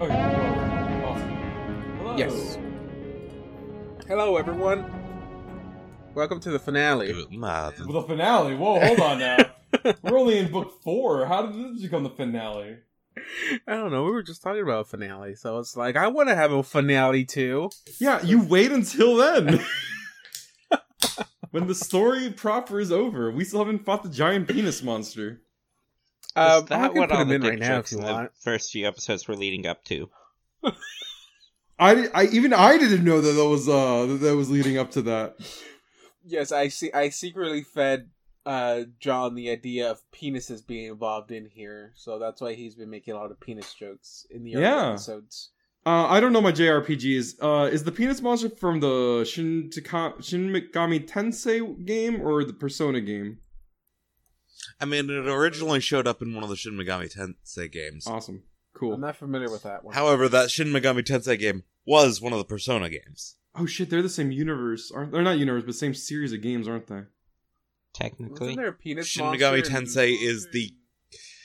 Oh, Yes. Hello, everyone. Welcome to the finale. Good lad. Um, Well, the finale. Whoa, hold on now. We're only in book four. How did this become the finale? I don't know. We were just talking about a finale, so it's like I want to have a finale too. Yeah, you wait until then. when the story proper is over, we still haven't fought the giant penis monster. Um, Is that I can what put all him the in dick right now if jokes you in the want. first few episodes were leading up to? I, I even I didn't know that that was uh that, that was leading up to that. Yes, I see. I secretly fed uh, John the idea of penises being involved in here, so that's why he's been making a lot of penis jokes in the early Yeah. episodes. Uh, I don't know my JRPGs. Uh, is the penis monster from the Shin, Taka- Shin Megami Tensei game or the Persona game? I mean, it originally showed up in one of the Shin Megami Tensei games. Oh, Awesome, I'm cool. not familiar with that one. However, that Shin Megami Tensei game was one of the Persona games. Oh shit, they're the same universe, aren't? They're not universe, but same series of games, aren't they? Technically, Wasn't there a penis Shin monster Megami in Tensei is the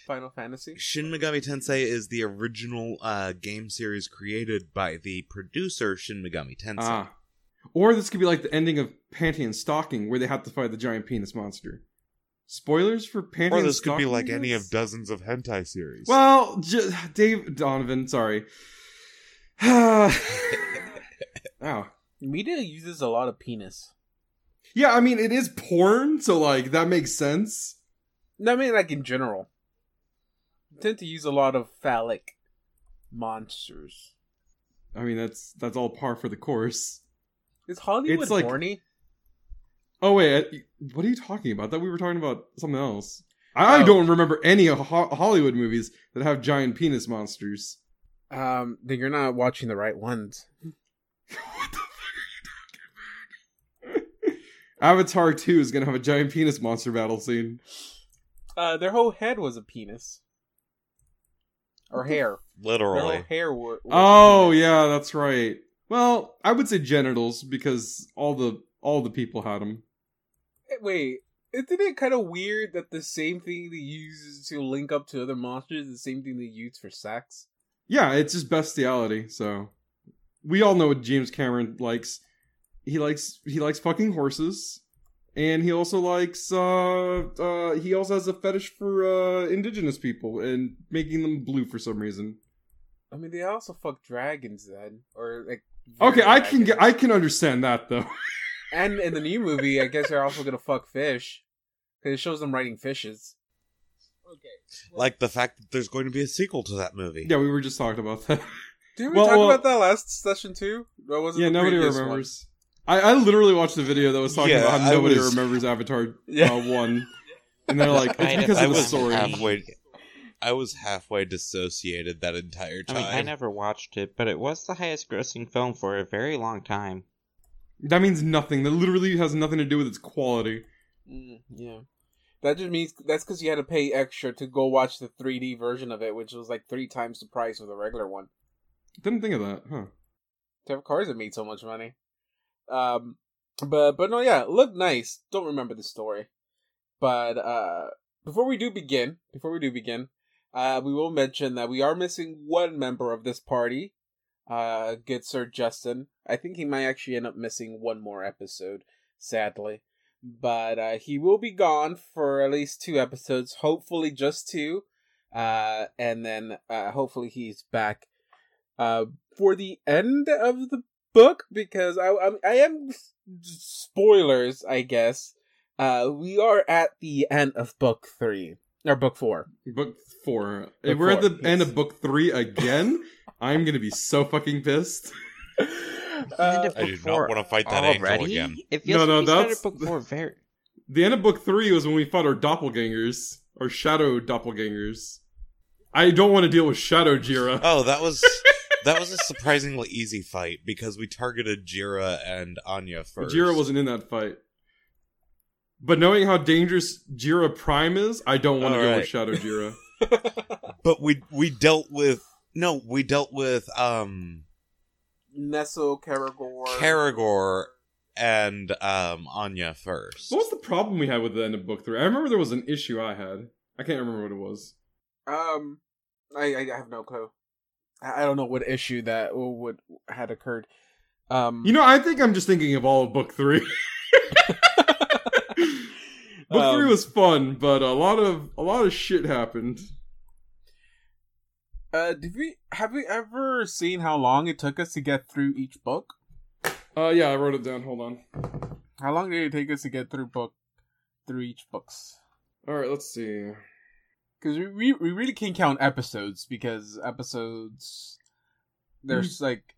Final Fantasy. Shin Megami Tensei is the original uh, game series created by the producer Shin Megami Tensei. Ah, or this could be like the ending of Panty and Stocking, where they have to fight the giant penis monster. Spoilers for Panty. or and this could be Stocking, like I any guess? of dozens of hentai series. Well, ju- Dave Donovan, sorry. Ow. Media uses a lot of penis. Yeah, I mean it is porn, so like that makes sense. No, I mean like in general. They tend to use a lot of phallic monsters. I mean that's that's all par for the course. Is Hollywood It's like- horny? Oh wait, I, what are you talking about? That we were talking about something else. I Oh. don't remember any ho- Hollywood movies that have giant penis monsters. Um, then you're not watching the right ones. Avatar 2 is going to have a giant penis monster battle scene. Uh, their whole head was a penis. Or hair. Their whole Literally. hair wa- was. Oh, yeah, that's right. Well, I would say genitals because all the all the people had them. yeah. Wait, isn't it kind of weird that the same thing they use to link up to other monsters is the same thing they use for sex? Yeah, it's just bestiality, so we all know what James Cameron likes. He likes he likes fucking horses and he also likes uh uh he also has a fetish for uh indigenous people and making them blue for some reason. I mean, they also fuck dragons then, or like. Okay, I can get dragons. I can understand that though. And in the new movie, I guess they're also gonna fuck fish, because it shows them riding fishes. Okay. Like the fact that there's going to be a sequel to that movie. yeah, we were just talking about that. Did we Well, talk well- about that last session too? That wasn't yeah, the nobody previous one. remembers. I, I literally watched the video that was talking Yeah, about how I nobody was- remembers Avatar Yeah. uh, one, and they're like, I it's because of never- the I was story. halfway. I was halfway dissociated that entire I time. mean, I never watched it, but it was the highest-grossing film for a very long time. That means nothing. That literally has nothing to do with its quality. Mm, yeah. That just means that's because you had to pay extra to go watch the 3D version of it, which was like three times the price of the regular one. Didn't think of that, huh? Of course, it made so much money. Um, but but no, yeah, look nice. Don't remember the story, but uh, before we do begin, before we do begin, uh, we will mention that we are missing one member of this party. Uh, good Sir Justin. I think he might actually end up missing one more episode, sadly. But uh, he will be gone for at least two episodes, hopefully just two. Uh, and then uh, hopefully he's back uh, for the end of the book because I I, I am spoilers, I guess. Uh, we are at the end of book three or book four. Book four. Book if we're four, at the end yes. of book three again, I'm gonna be so fucking pissed. Uh, I do not want to fight that angel already. again. It feels No, no, no, no, like we started that's- book four very. The end of book three was when we fought our doppelgangers, our shadow doppelgangers. I don't want to deal with shadow Jira. Oh, that was that was a surprisingly easy fight because we targeted Jira and Anya But first. Jira wasn't in that fight. But knowing how dangerous Jira Prime is, I don't want to go with Alright. Shadow Jira. But we we dealt with no, we dealt with um Nestle Caragor. Karagor and um Anya first. what was the problem we had with the end of book three? I remember there was an issue I had. I can't remember what it was. um, I I have no clue. I I don't know what issue that would had occurred. Um, You know, I think I'm just thinking of all of book three. book Um, three was fun, but a lot of a lot of shit happened. uh, did we have we ever seen how long it took us to get through each book? Uh, yeah, I wrote it down. Hold on. How long did it take us to get through book through each books? All right, let's see. Because we, we we really can't count episodes because episodes there's like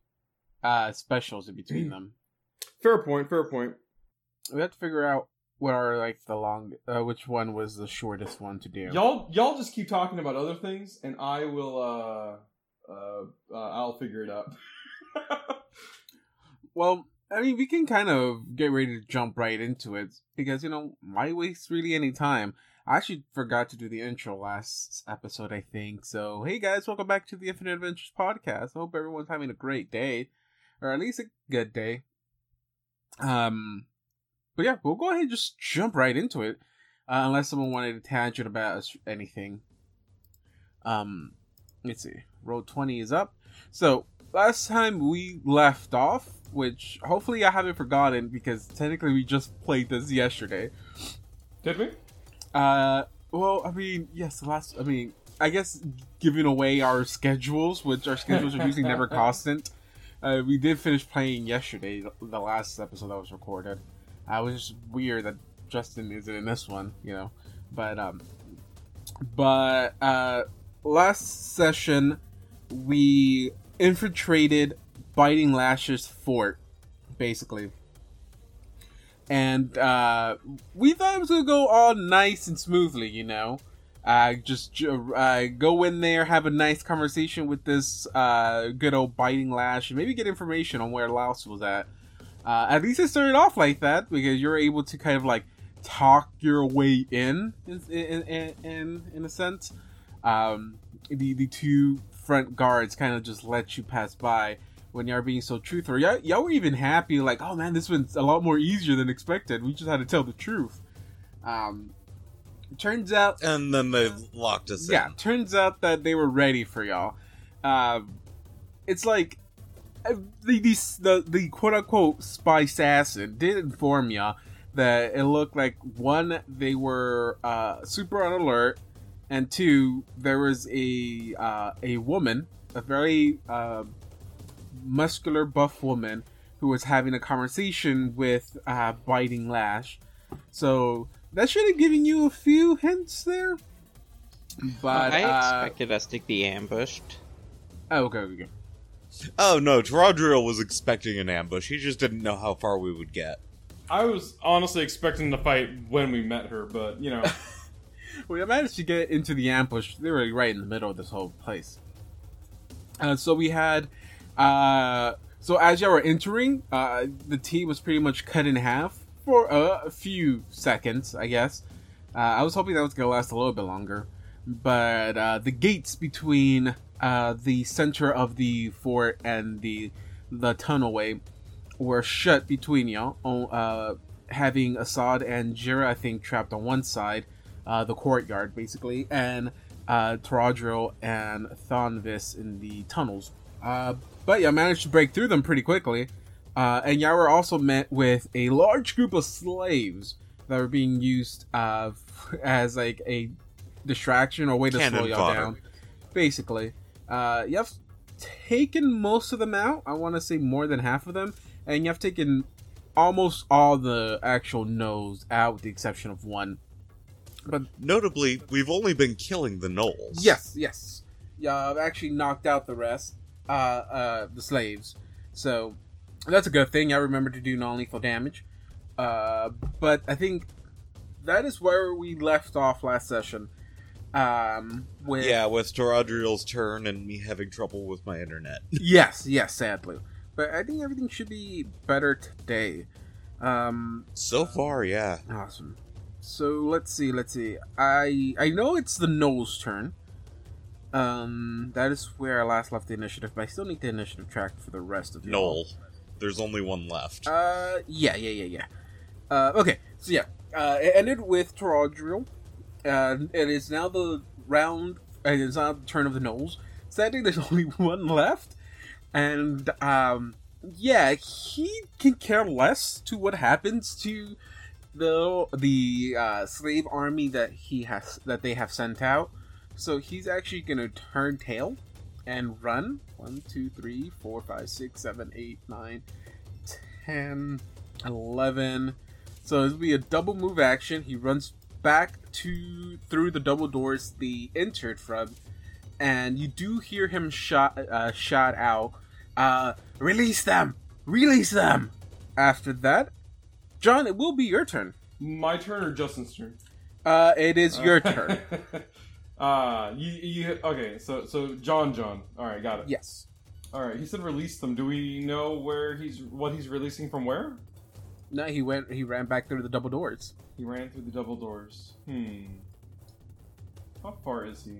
uh specials in between them. Fair point. Fair point. We have to figure out what are like the long uh, which one was the shortest one to do. Y'all, y'all just keep talking about other things, and I will. Uh, uh, uh I'll figure it out. Well, I mean, we can kind of get ready to jump right into it because you know why waste really any time. I actually forgot to do the intro last episode, I think. So, hey guys, welcome back to the Infinite Adventures podcast. I hope everyone's having a great day, or at least a good day. Um, but yeah, we'll go ahead and just jump right into it, uh, unless someone wanted a tangent about us- anything. Um, let's see. Roll twenty is up. So last time we left off, which hopefully I haven't forgotten because technically we just played this yesterday. Did we? Uh, well, I mean, yes, the last. I mean, I guess giving away our schedules, which our schedules are usually never constant. Uh, we did finish playing yesterday, the- the last episode that was recorded. I was just weird that Justin isn't in this one, you know. But um, but uh, last session we infiltrated Biting Lash's fort, basically. And uh, we thought it was gonna go all nice and smoothly, you know. Uh, just ju- uh, go in there, have a nice conversation with this uh, good old biting lash, and maybe get information on where Laos was at. Uh, at least it started off like that because you're able to kind of like talk your way in, in in in, in, in a sense. Um, the the two front guards kind of just let you pass by when y'all are being so truthful. Y'all, y'all were even happy, like, oh man, this one's a lot more easier than expected. We just had to tell the truth. Um, turns out, And then they locked us yeah, in. turns out that they were ready for y'all. Um, it's like uh, the, the the the quote unquote spy assassin did inform y'all that it looked like one they were uh, super on alert, and two there was a uh, a woman, a very uh, muscular buff woman who was having a conversation with uh, biting lash. So that should have given you a few hints there. But I uh, expected us to be ambushed. oh, okay, we go. Oh no, Taradriel was expecting an ambush. He just didn't know how far we would get. I was honestly expecting the fight when we met her, but you know, We managed to get into the ambush. They were right in the middle of this whole place. Uh, so we had, uh, so as y'all were entering, uh, the tea was pretty much cut in half for a few seconds, I guess. Uh, I was hoping that was gonna last a little bit longer, but uh, the gates between uh, the center of the fort and the the tunnelway were shut between y'all, on- uh, having Assad and Jira, I think, trapped on one side, uh, the courtyard basically, and uh, Taradril and Thonvis in the tunnels. Uh, but y'all managed to break through them pretty quickly, uh, and y'all were also met with a large group of slaves that were being used uh, as like a distraction or way to Cannon slow y'all fodder. down, basically. Uh, y'all taken most of them out. I want to say more than half of them, and you've taken almost all the actual no's out, with the exception of one. Notably, we've only been killing the gnolls. Yes, yes. Yeah, I've actually knocked out the rest, uh, uh, the slaves. So that's a good thing. I remember to do non-lethal damage. Uh, but I think that is where we left off last session. Um, with Yeah, with Taradriel's turn and me having trouble with my internet. yes, yes, sadly. But I think everything should be better today. Um, So far, yeah. Awesome. So let's see, let's see. I I know it's the nose turn. Um, that is where I last left the initiative, but I still need the initiative track for the rest of you. all. Knoll. There's only one left. Uh, yeah, yeah, yeah, yeah. Uh, okay, so yeah, uh, it ended with Taradriel. Uh, it is now the round. It is now the turn of the Knolls. Sadly, there's only one left. and um, yeah, he can care less to what happens to the the uh, slave army that he has that they have sent out. So he's actually gonna turn tail and run. One, two, three, four, five, six, seven, eight, nine, ten, eleven. So it'll be a double move action. He runs back to through the double doors they entered from, and you do hear him shot uh, shout out, uh, "Release them! Release them!" After that, John, it will be your turn. My turn or Justin's turn? Uh, it is your turn. uh, you, you okay? So so John John. All right, got it. Yes. All right. He said release them. Do we know where he's what he's releasing from? Where No, he went. He ran back through the double doors. he ran through the double doors. Hmm. How far is he?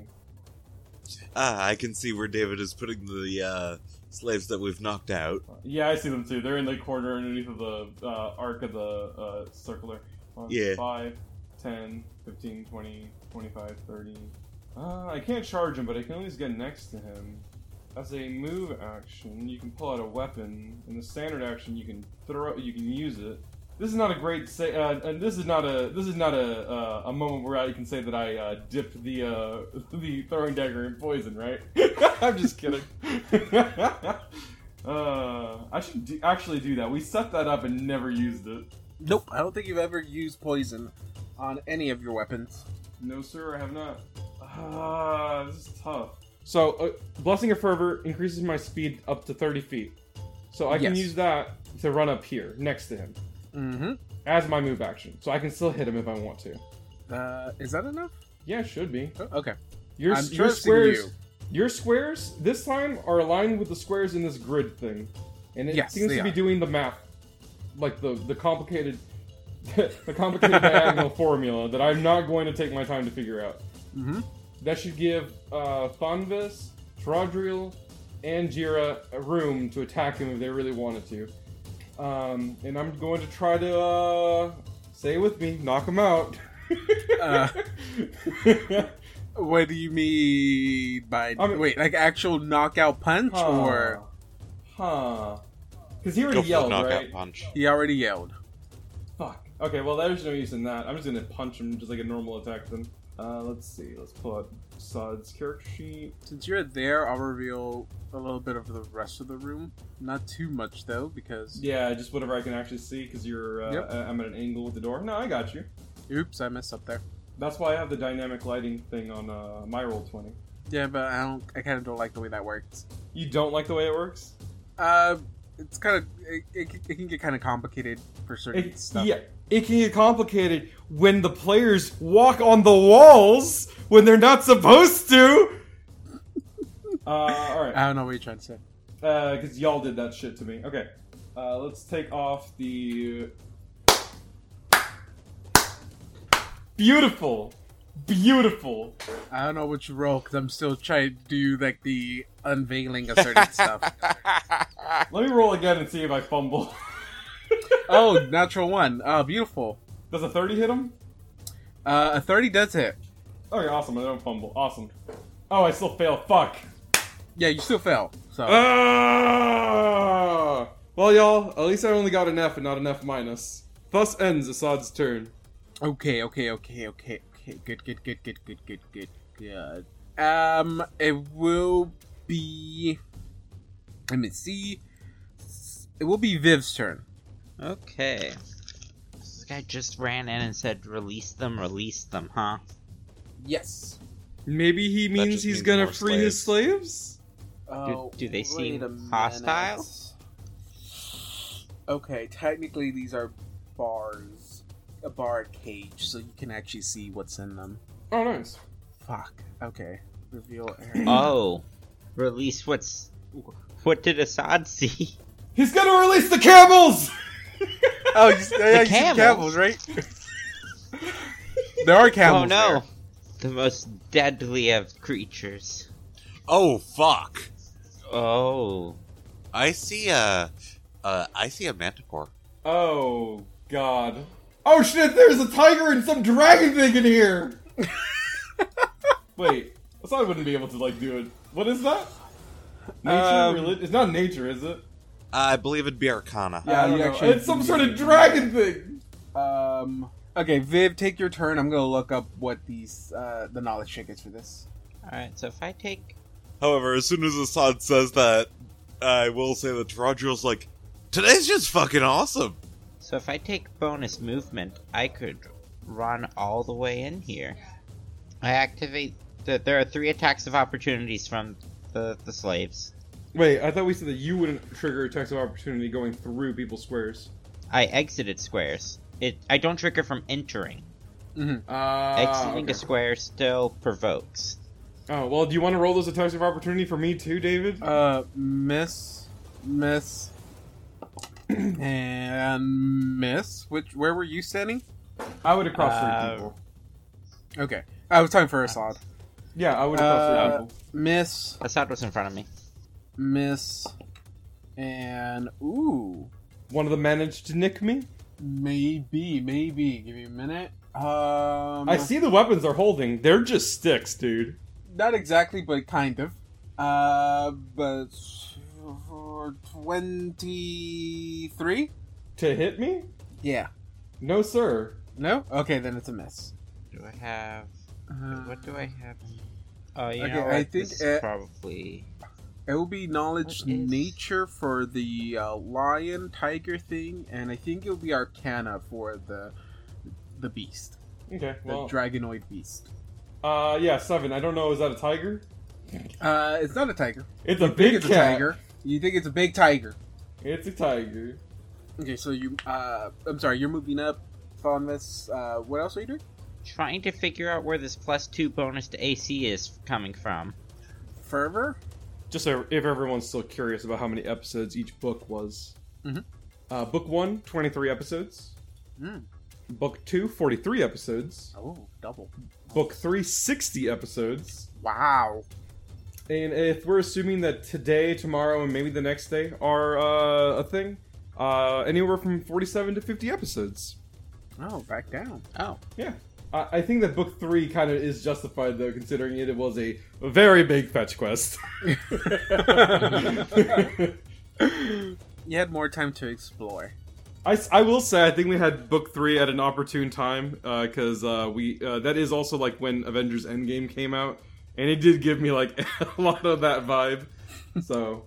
Ah, I can see where David is putting the uh, slaves that we've knocked out. Yeah, I see them too. They're in the corner underneath of the uh, arc of the uh, circular. One, Yeah. 5, 10, 15, 20, 25, 30. Uh, I can't charge him, but I can always get next to him. As a move action, you can pull out a weapon. In the standard action, you can throw. You can use it. This is not a great say, uh, and this is not a this is not a uh, a moment where I can say that I uh, dipped the uh, the throwing dagger in poison, right? I'm just kidding. uh, I should do, actually do that. We set that up and never used it. Nope. I don't think you've ever used poison on any of your weapons. No, sir, I have not. Ah, this is tough. So, uh, Blessing of Fervor increases my speed up to 30 feet. So I can Yes. use that to run up here next to him Mm-hmm. as my move action. So I can still hit him if I want to. Uh, is that enough? Yeah, it should be. Oh, okay. Your, I'm your trusting squares, you. your squares this time are aligned with the squares in this grid thing, and it Yes, seems they to be are. doing the math, like the the complicated, the complicated diagonal formula that I'm not going to take my time to figure out. Mm-hmm. That should give uh, Thonvis, Taradriel, and Jira a room to attack him if they really wanted to. Um, and I'm going to try to uh, say it with me, knock him out. Uh. What do you mean by I mean- wait? Like actual knockout punch, or huh? Because he Go already for the yelled, knockout right? punch. he already yelled? Fuck. Okay, well, there's no use in that. I'm just gonna punch him just like a normal attack then. Uh, let's see. Let's pull out Sod's character sheet. Since you're there, I'll reveal a little bit of the rest of the room. Not too much though, because Yeah, just whatever I can actually see, because you're. Uh, Yep. I- I'm at an angle with the door. No, I got you. oops, I messed up there. That's why I have the dynamic lighting thing on uh, my roll twenty. Yeah, but I don't. I kind of don't like the way that works. You don't like the way it works? Uh, it's kind of it, it, can- it can get kind of complicated for certain It, stuff. yeah, it can get complicated when the players walk on the walls when they're not supposed to. Uh, all right. I don't know what you're trying to say. because Uh, y'all did that shit to me. Okay, uh, let's take off the beautiful, beautiful. I don't know what you roll because I'm still trying to do like the unveiling of certain stuff. Let me roll again and see if I fumble. Uh, Oh, natural one. Oh, beautiful. Does a thirty hit him? Uh, a thirty does hit. Okay, awesome. I don't fumble. Awesome. Oh, I still fail. Fuck. Yeah, you still fail. So Uh. Ah! Well, y'all, at least I only got an F and not an F minus. Thus ends Assad's turn. okay, okay, okay, okay, okay. Good, good, good, good, good, good, good, good. Um, it will be. Let me see. It will be Viv's turn. Okay. This guy just ran in and said, release them, release them, huh? Yes. Maybe he means just he's means gonna more free his slaves? Oh, do they wait seem a minute. hostile? Okay, technically these are bars, a bar cage, so you can actually see what's in them. Oh, nice. Fuck. Okay. Reveal area. Oh. Release what's. What did Assad see? He's gonna release the camels! Oh, you, yeah, you see camels. camels, right? there are camels. oh no! The most deadly of creatures. Oh fuck! Oh. I see a, uh, I see a manticore. Oh, God. Oh shit, there's a tiger and some dragon thing in here! Wait, Assad wouldn't be able to, like, do it. What is that? Nature, Um, reli- it's not nature, is it? I believe it'd be Arcana. Yeah, I don't you know. actually- it's some sort of dragon thing. Um. Okay, Viv, take your turn. I'm gonna look up what these uh, the knowledge check is for this. Alright, so if I take. However, as soon as Assad says that, I will say that Taradriel's like, today's just fucking awesome. So if I take bonus movement, I could run all the way in here. I activate. The, there are three attacks of opportunities from the, the slaves. Wait, I thought we said that you wouldn't trigger attacks of opportunity going through people's squares. I exited squares. It. I don't trigger from entering. Mm-hmm. Ah, Uh, Exiting a square still provokes. Oh well, do you want to roll those attacks of opportunity for me too, David? Uh, miss, miss, and miss. Which where were you standing? I would have crossed uh, three people. Okay, I was talking for Assad. Yeah, I would have uh, crossed three people. Miss, Assad was in front of me. miss, and ooh, One of them managed to nick me. maybe, maybe. Give me a minute. Um, I see the weapons they're holding. They're just sticks, dude. Not exactly, but kind of. Uh, but for twenty-three. To hit me? Yeah. No, sir. No. Okay, then it's a miss. Do I have. Uh, What do I have? in- Oh, you Okay, know, I think, what? this uh, is probably. It will be knowledge What is- nature for the uh, lion tiger thing, and I think it'll be arcana for the the beast, Okay. the Well, dragonoid beast. uh, yeah, seven. I don't know. Is that a tiger? Uh, it's not a tiger. It's a You think big it's cat. a tiger. You think it's a big tiger? It's a tiger. Okay, so you. Uh, I'm sorry. You're moving up, Thonvis. Uh, what else are you doing? Trying to figure out where this plus two bonus to AC is coming from. Fervor. Just so if everyone's still curious about how many episodes each book was. Mhm. Uh, book one, 23 episodes. Mm. Book two, 43 episodes. Oh, double. Book three, 60 episodes. Wow. And if we're assuming that today, tomorrow, and maybe the next day are uh, a thing, uh, anywhere from 47 to 50 episodes. Oh, back down. Oh, Yeah. I I think that book three kind of is justified though, considering it was a very big fetch quest. You had more time to explore. I, s- I will say I think we had book three at an opportune time because uh, we uh, that is also like when Avengers Endgame came out, and it did give me like a lot of that vibe. So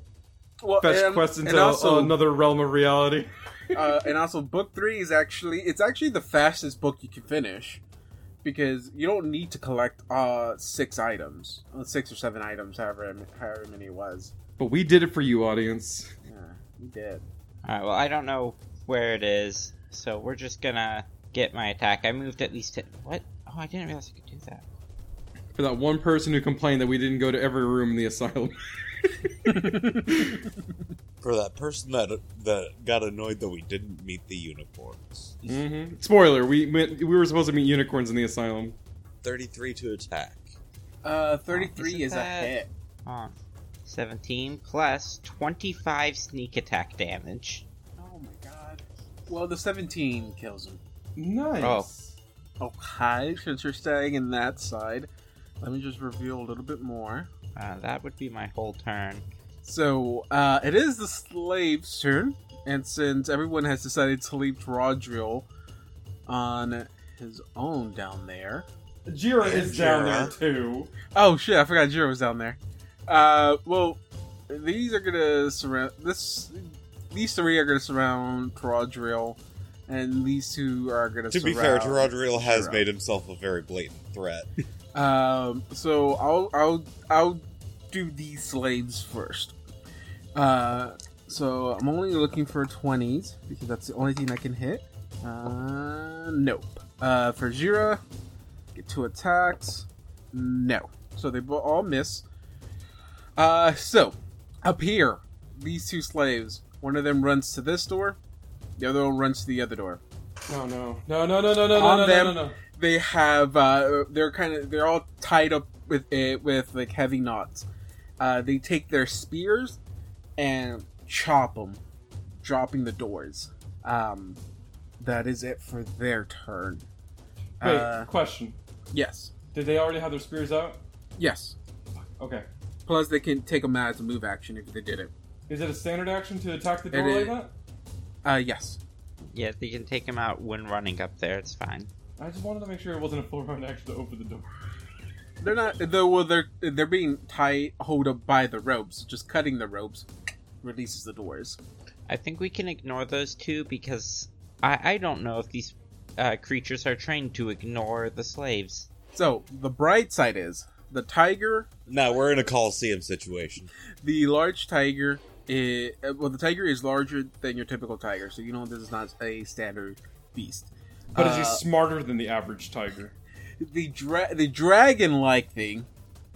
Well, fetch and- quest and into also- another realm of reality. uh, and also book three is actually it's actually the fastest book you can finish because you don't need to collect uh six items uh, six or seven items however however many it was But we did it for you, audience. yeah you did Alright, well, I don't know where it is, so we're just gonna get my attack. I moved at least to. What? Oh, I didn't realize I could do that. For that one person who complained that we didn't go to every room in the asylum. For that person that that got annoyed that we didn't meet the unicorns. Mm-hmm. Spoiler: We went, we were supposed to meet unicorns in the asylum. 33 to attack. uh 33 Isn't is that- a hit Hold on. 17 plus 25 sneak attack damage. oh my god well the 17 kills him Nice. Oh. okay since you're staying in that side let me just reveal a little bit more Uh, that would be my whole turn. so uh it is the slave's turn and since everyone has decided to leave Rodriel on his own down there Jira is down there Jira. too. Oh shit! I forgot Jiro was down there. Uh, well, these are gonna surround this. These three are gonna surround Taradriel, and these two are gonna. To be fair, surround Taradriel has Jiro. made himself a very blatant threat. Um, so I'll I'll I'll do these slaves first. Uh, so I'm only looking for twenties because that's the only thing I can hit. Uh, nope. Uh, for Jira, get two attacks. No. So they bo- all miss. Uh, so up here, these two slaves. One of them runs to this door. The other one runs to the other door. No, no, no, no, no, no, no, On no, no, them. no, no. they have uh, they're kind of they're all tied up with it with like heavy knots. Uh, they take their spears and chop them, dropping the doors. Um, that is it for their turn. Wait, Uh, question. yes, Did they already have their spears out? yes. Okay. Plus, they can take them out as a move action if they did it. Is it a standard action to attack the It door like is. that? Uh, yes. Yeah, they can take him out when running up there. It's fine. I just wanted to make sure it wasn't a full round action to open the door. They're not. They're, well, they're they're being tied, hold up by the ropes. Just cutting the ropes releases the doors. I think we can ignore those two because I, I don't know if these uh, creatures are trained to ignore the slaves. So the bright side is the tiger. No, we're in a Coliseum situation. The large tiger. Is, well, the tiger is larger than your typical tiger, so you know this is not a standard beast. But is Uh, he smarter than the average tiger? the dra- the dragon like thing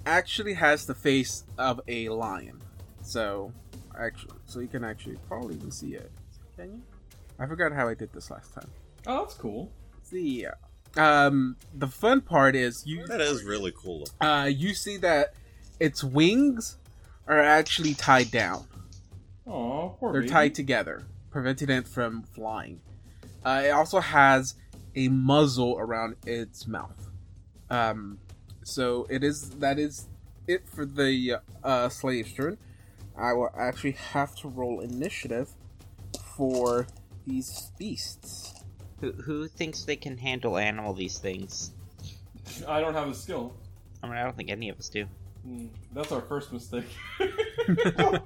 actually has the face of a lion. So actually so you can actually probably even see it. Can you? I forgot how I did this last time. Oh, that's cool. See yeah. Um the fun part is you That is really cool. uh you see that its wings are actually tied down. Oh, poor They're baby. tied together, preventing it from flying. Uh, it also has a muzzle around its mouth. Um, so it is that is it for the uh, slave's turn. I will actually have to roll initiative for these beasts. Who, who thinks they can handle animal these things? I don't have a skill. I mean, I don't think any of us do. Hmm, that's our first mistake. All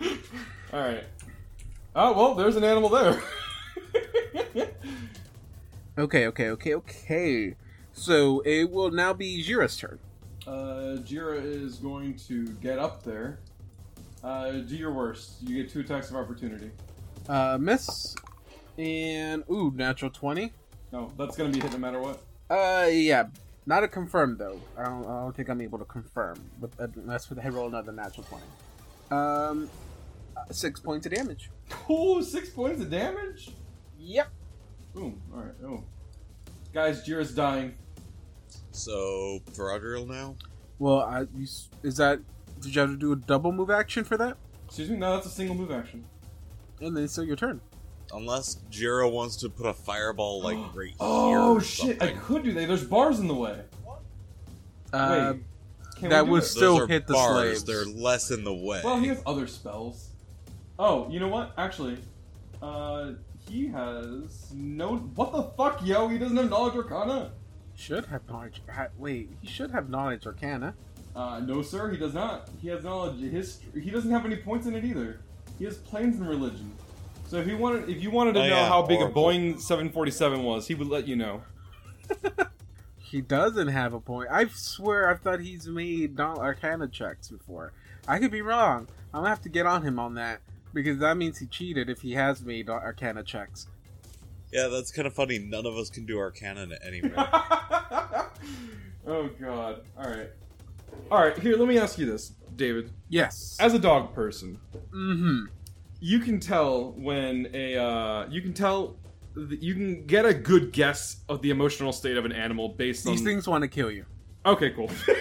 right. Oh well, there's an animal there. Okay, okay, okay, okay. So it will now be Jira's turn. uh, Jira is going to get up there. Uh, do your worst. You get two attacks of opportunity. Uh, miss and ooh, natural twenty. No, that's gonna be a hit no matter what. Uh, yeah. Not a confirm though. I don't, I don't think I'm able to confirm with unless with I roll another natural twenty. Um, uh, six points of damage. Ooh, six points of damage. Yep. Boom. All right. Oh, guys, Jira's dying. So, Veradril now? Well, I, you, s- is that did you have to do a double move action for that? Excuse me. No, that's a single move action. And then it's still your turn. Unless Jiro wants to put a fireball, like, right here. Oh or shit! I something. could do that. There's bars in the way. Uh, Wait, can that we do was- it? Those still are hit the bars. slaves. They're less in the way. Well, he has other spells. Oh, you know what? Actually, uh, he has no. What the fuck, yo? He doesn't have knowledge arcana. should have knowledge. ha- Wait, he should have knowledge arcana. Uh, no, sir, he does not. He has knowledge. His he doesn't have any points in it either. He has planes and religion. So if you wanted, if you wanted to Oh, know yeah, how big horrible. a Boeing 747 was, he would let you know. He doesn't have a point. I swear, I thought he's made knowl- arcana checks before. I could be wrong. I'm gonna have to get on him on that because that means he cheated if he has made arcana checks. yeah, that's kind of funny. None of us can do Arcana anyway. oh god. All right. All right. Here, let me ask you this, David. Yes. As a dog person, mm-hmm. you can tell when a uh, you can tell th- you can get a good guess of the emotional state of an animal based These on things want to kill you. Okay, cool.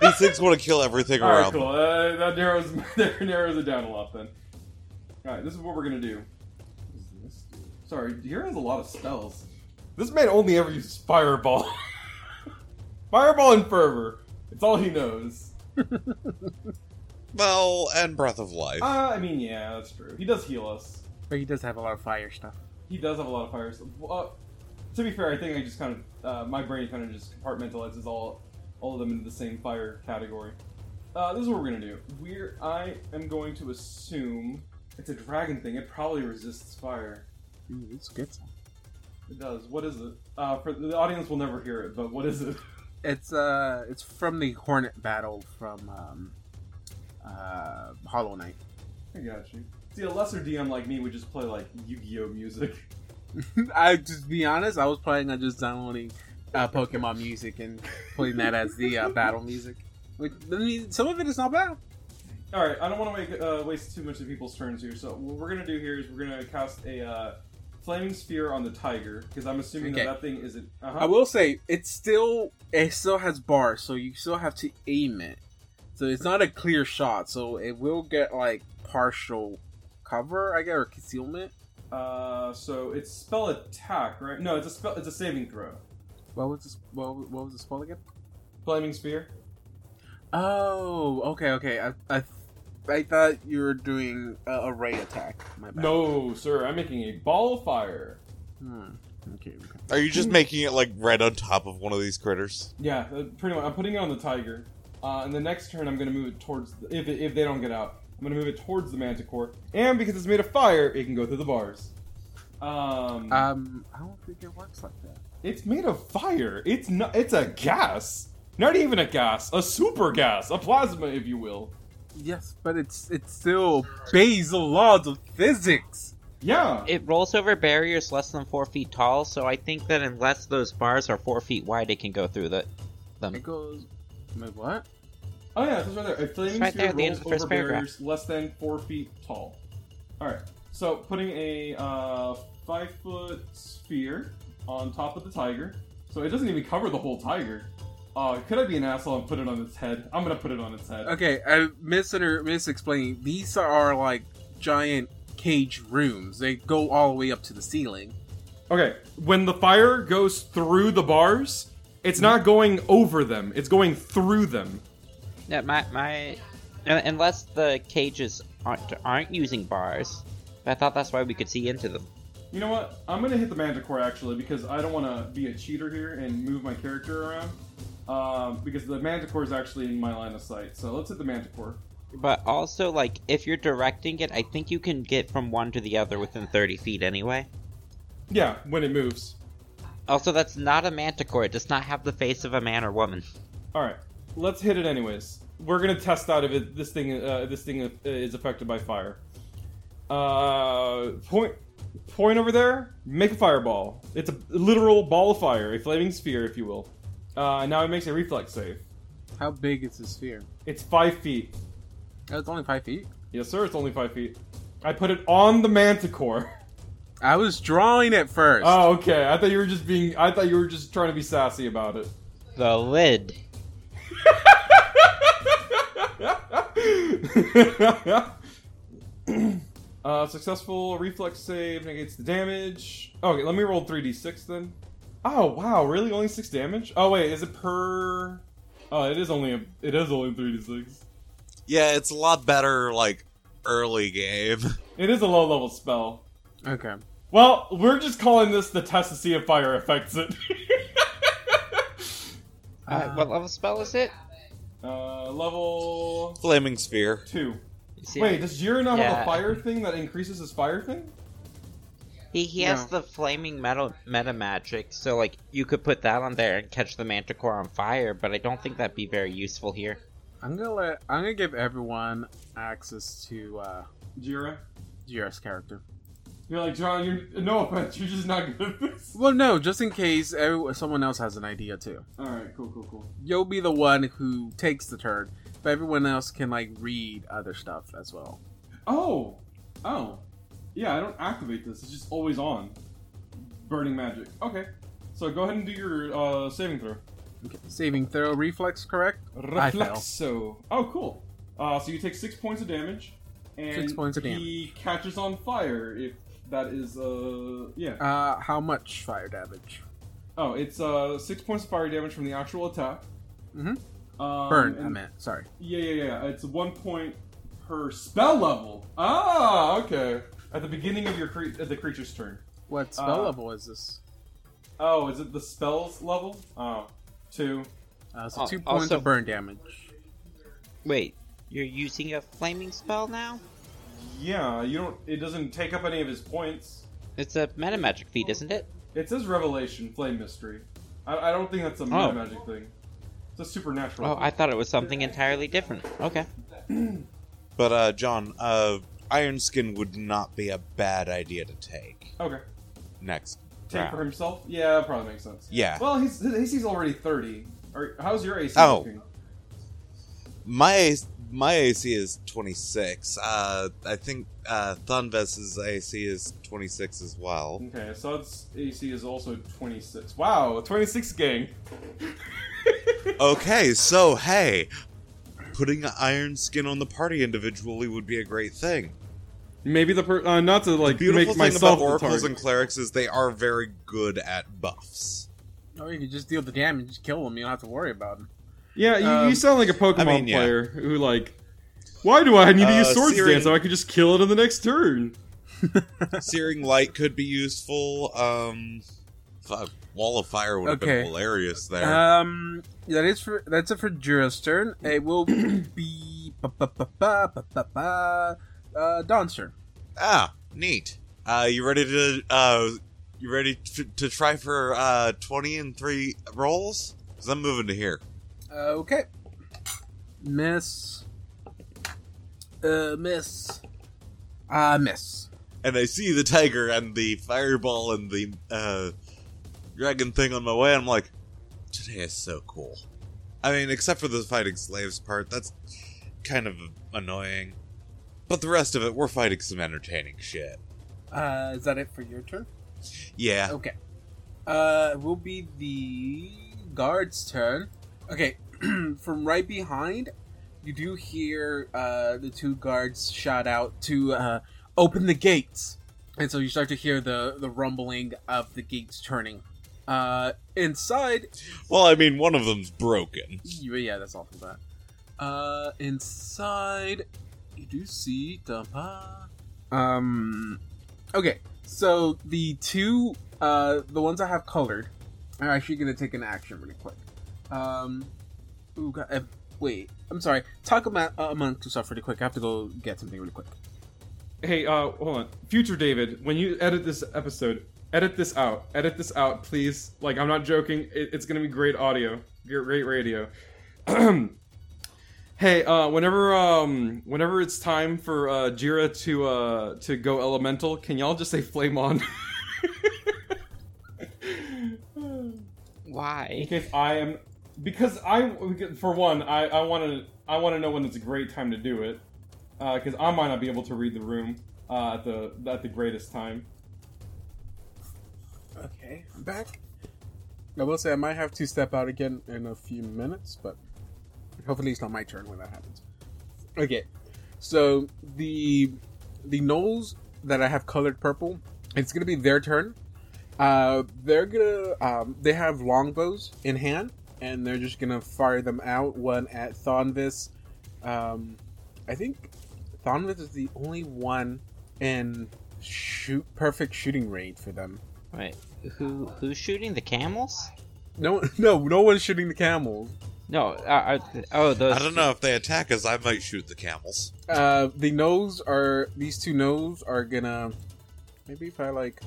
These things want to kill everything All around right, cool. Uh, that narrows that narrows it down a lot then. All right, this is what we're gonna do. What does this do? Sorry, here has a lot of spells. This man only ever uses fireball, fireball and fervor. It's all he knows. them. Well, and Breath of Life. Uh, I mean, yeah, that's true. He does heal us. But he does have a lot of fire stuff. He does have a lot of fire. So, uh, to be fair, I think I just kind of uh, my brain kind of just compartmentalizes all all of them into the same fire category. Uh, this is what we're gonna do. We're I am going to assume it's a dragon thing. It probably resists fire. Ooh, it's a good. Song. It does. What is it? Uh, for the audience will never hear it, but what is it? It's uh, it's from the Hornet battle from um, uh, Hollow Knight. I got you. See, a lesser DM like me would just play like Yu-Gi-Oh music. I just be honest, I was planning on just downloading uh, Pokemon music and playing that as the uh, battle music. Like, I mean, some of it is not bad. All right, I don't want to make, uh, waste too much of people's turns here. So what we're gonna do here is we're gonna cast a uh, flaming sphere on the tiger because I'm assuming Okay. that that thing isn't. Uh-huh. I will say it's still it still has bars, so you still have to aim it. So it's not a clear shot, so it will get like partial cover, I guess, or concealment. Uh, so it's spell attack, right? No, it's a spell. It's a saving throw. What was this? What, what was the spell again? Flaming sphere. Oh, okay, okay. I I, I thought you were doing a, a ray attack. My bad. No, sir, I'm making a ball fire. Hmm. Okay. okay. Are you just making it like right on top of one of these critters? Yeah, uh, pretty much. I'm putting it on the tiger. Uh, and the next turn, I'm going to move it towards. The, if, it, if they don't get out, I'm going to move it towards the manticore. And because it's made of fire, it can go through the bars. Um, Um, I don't think it works like that. it's made of fire. It's not. It's a gas. Not even a gas. A super gas. A plasma, if you will. Yes, but it's it's still obeys the laws of physics. Yeah. It rolls over barriers less than four feet tall, so I think that unless those bars are four feet wide, it can go through the, It them. goes. Wait, what? oh yeah, it's right there. A flaming right sphere there at the end rolls of the over first paragraph. barriers less than four feet tall. All right. So putting a uh, five foot sphere on top of the tiger. So it doesn't even cover the whole tiger. Uh, could I be an asshole and put it on its head? I'm gonna put it on its head. Okay, I misunder misexplaining. These are like giant cage rooms. They go all the way up to the ceiling. Okay, when the fire goes through the bars, it's not going over them, it's going through them. Yeah, my my, uh, unless the cages aren't aren't using bars. I thought that's why we could see into them. You know what? I'm gonna hit the manticore actually because I don't want to be a cheater here and move my character around. Um, because the manticore is actually in my line of sight, so let's hit the manticore. But also, like, if you're directing it, I think you can get from one to the other within 30 feet anyway. Yeah, when it moves. Also, that's not a manticore. It does not have the face of a man or woman. All right, let's hit it anyways. We're gonna test out if it, this thing uh, if this thing is affected by fire. Uh, point point over there. Make a fireball. It's a literal ball of fire, a flaming sphere, if you will. Uh, now it makes a reflex save. How big is the sphere? It's five feet. Oh, It's only five feet. Yes, sir. It's only five feet. I put it on the manticore. I was drawing it first. Oh, okay. I thought you were just being. I thought you were just trying to be sassy about it. The lid. uh, successful reflex save negates the damage. Okay, let me roll 3d6 then. Oh wow, really? Only six damage? Oh wait, is it per? Oh, it is only a, it is only 3d6. Yeah, it's a lot better like early game. It is a low level spell. Okay. Well, we're just calling this the test to see if fire affects it. Uh, what level spell is it? uh, level Flaming sphere. two. See, Wait, does Jira not have a Yeah. fire thing that increases his fire thing? He, he has No. the flaming metal meta magic, so, like, you could put that on there and catch the manticore on fire, but I don't think that'd be very useful here. I'm gonna let I'm gonna give everyone access to uh Jira, GR's character. you're like John. You're no offense. You're just not good at this. Well, no, just in case every, someone else has an idea too. All right, cool, cool, cool. You'll be the one who takes the turn, but everyone else can like read other stuff as well. Oh, oh, yeah. I don't activate this. It's just always on. Burning magic. Okay, so go ahead and do your uh, saving throw. Okay. Saving throw, reflex, correct? I fell. Reflexo. Oh, cool. Uh, so you take six points of damage, and Six points of he catches on fire. If that is uh, yeah. Uh, how much fire damage? Oh, it's uh six points of fire damage from the actual attack. Mhm. Um, Burn, I and- meant. Sorry. Yeah, yeah, yeah. It's one point per spell level. Ah, okay. At the beginning of your cre- at the creature's turn. What spell Uh, level is this? Oh, is it the spells level? Oh, two. Uh, so al- two points also- of burn damage. Wait, you're using a flaming spell now? Yeah, you don't. It doesn't take up any of his points. It's a meta magic feat, isn't it? It says revelation, flame mystery. I, I don't think that's a Oh. magic thing. It's a supernatural. Oh, thing. I thought it was something entirely different. Okay. But uh John, uh Iron Skin would not be a bad idea to take. okay. Next. Take round. for himself. Yeah, that probably makes sense. Yeah. Well, he's he's already thirty. Or how's your AC? Oh. looking? My AC, my AC is 26. Uh, I think uh, Thunvest's AC is 26 as well. Okay, so it's AC is also 26. Wow, 26 gang. Okay, so hey, putting an iron skin on the party individually would be a great thing. Maybe the per- uh, not to like Beautiful thing about oracles and clerics is they are very good at buffs. Oh, Or you can just deal the damage, kill them. You don't have to worry about them. Yeah, you, Um, you sound like a Pokemon I mean, yeah. player who like, why do I need to Uh, use Swords Siri- Dance so I could just kill it in the next turn? Searing light could be useful. Um, Fuck, Wall of Fire would have Okay. been hilarious there. Um, that is for that's it for Juro's turn. It will be ba, ba, ba, ba, ba, ba, ba, uh, Don's turn. ah, neat. Uh, you ready to uh, you ready to, to try for uh twenty and three rolls? Cause I'm moving to here. Uh, okay, miss, uh, miss, uh, miss. and I see the tiger and the fireball and the uh, dragon thing on my way. I'm like, today is so cool. I mean, except for the fighting slaves part, that's kind of annoying. But the rest of it, we're fighting some entertaining shit. Uh, is that it for your turn? Yeah. Okay. Uh, it will be the guard's turn. Okay, from right behind, you do hear uh, the two guards shout out to uh, open the gates, and so you start to hear the the rumbling of the gates turning. Uh, inside, Well, I mean, one of them's broken. you- yeah, that's all for that. Uh, inside, you do see Dumpa. Um, okay, so the two, uh, the ones I have colored are actually gonna take an action really quick. Um, ooh, God, uh, wait, I'm sorry. Talk about uh, amongst yourself really quick. I have to go get something really quick. Hey, uh, hold on, future David. When you edit this episode, edit this out. Edit this out, please. Like, I'm not joking. It, it's gonna be great audio, great radio. hey, uh, whenever um, whenever it's time for uh, Jira to uh, to go elemental, can y'all just say flame on? Why? Because I am because I because for one I I want to I want to know when it's a great time to do it because I might not be able to read the room uh, at the at the greatest time. Okay, I'm back. I will say I might have to step out again in a few minutes, but hopefully it's not my turn when that happens. Okay, so the the gnolls that I have colored purple, it's gonna be their turn. Uh, they're gonna um, they have longbows in hand, and they're just gonna fire them out. One at Thonvis. Um, I think Thonvis is the only one in shoot perfect shooting range for them. Wait, who who's shooting the camels? No, no, no one's shooting the camels. No, uh, uh, oh those. I don't know if they attack us. I might shoot the camels. Uh, the nose are these two nose are gonna maybe if I like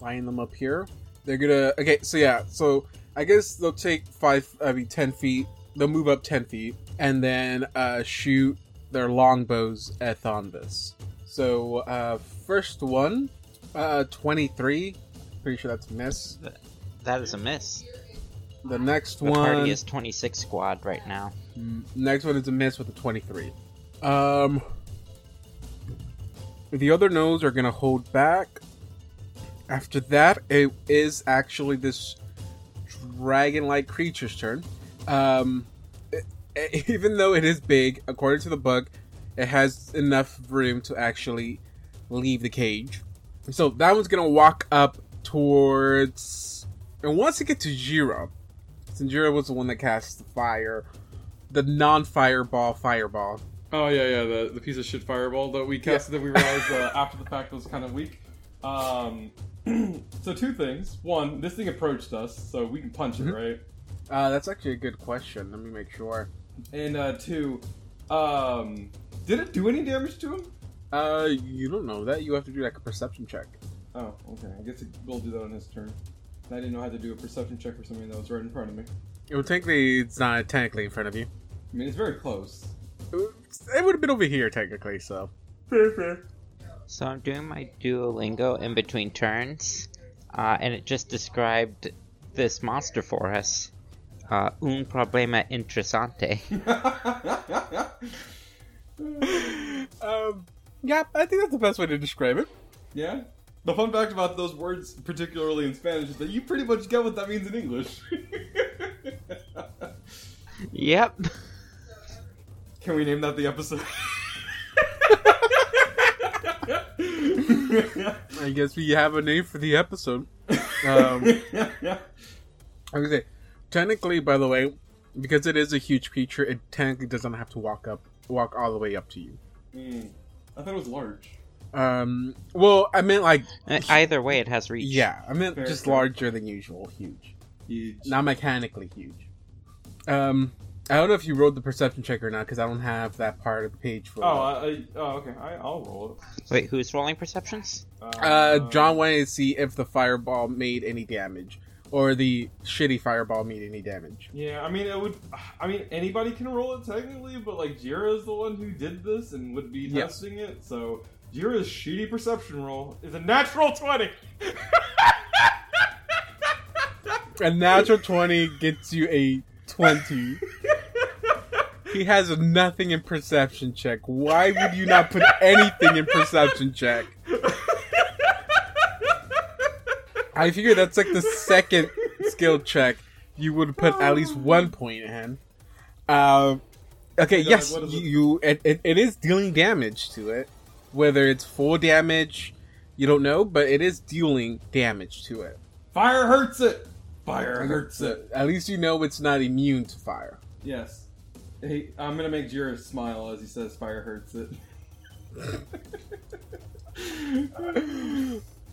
line them up here, they're gonna okay. So yeah, so I guess they'll take five, I mean ten feet. They'll move up ten feet and then uh, shoot their longbows at Thonvis. So uh, first one, uh, twenty three. Pretty sure that's a miss. That is a miss. The next The one party is 26 squad right now. Mm, Next one is a miss with a 23. Um, the other no's are going to hold back. After that, it is actually this dragon like creature's turn. Um, e- e- even though it is big, according to the book, it has enough room to actually leave the cage. So that one's going to walk up towards. And once it gets to Jiro, since Jiro was the one that cast the fire, the non-fireball fireball. Oh yeah, yeah, the, the piece of shit fireball that we casted that we realized uh, after the fact was kind of weak. Um, so two things. One, this thing approached us, so we can punch it, right? Uh, that's actually a good question. Let me make sure. And uh, two, um, did it do any damage to him? Uh, you don't know that. You have to do like a perception check. Oh, okay. I guess it will do that on his turn. I didn't know how to do a perception check for something that was right in front of me. It would technically, it's not technically in front of you. I mean, it's very close. It would have been over here technically. So So I'm doing my Duolingo in between turns, uh, and it just described this monster for us. Uh, un problema interessante. um, yeah, I think that's the best way to describe it. yeah. The fun fact about those words, particularly in Spanish, is that you pretty much get what that means in English. yep. Can we name that the episode? I guess we have a name for the Um, episode. Um, I was gonna say, technically, by the way, because it is a huge creature. It technically doesn't have to walk up, walk all the way up to you. Mm. I thought it was large. Um, well, I meant like E- Either way, it has reach. yeah, I meant Fair, just fair. larger than usual, huge, Huge. not mechanically huge. Um, I don't know if you rolled the perception check or not because I don't have that part of the page for. Oh, I, I, oh, okay. I, I'll roll it. Wait, who's rolling perceptions? Uh, John wanted to see if the fireball made any damage or the shitty fireball made any damage. Yeah, I mean, it would. I mean, anybody can roll it technically, but like Jira is the one who did this and would be Yeah. testing it. So Jira's shitty perception roll is a natural twenty. A natural 20 gets you a 20. He has nothing in perception check. Why would you not put anything in perception check? I figure that's like the second skill check you would put at least one point in. Uh, okay, Yeah, yes, what is it? you it, it, it is dealing damage to it. Whether it's full damage, you don't know, but it is dealing damage to it. Fire hurts it. Fire hurts it. At least you know it's not immune to fire. Yes. Hey, I'm gonna make Jira smile as he says fire hurts it.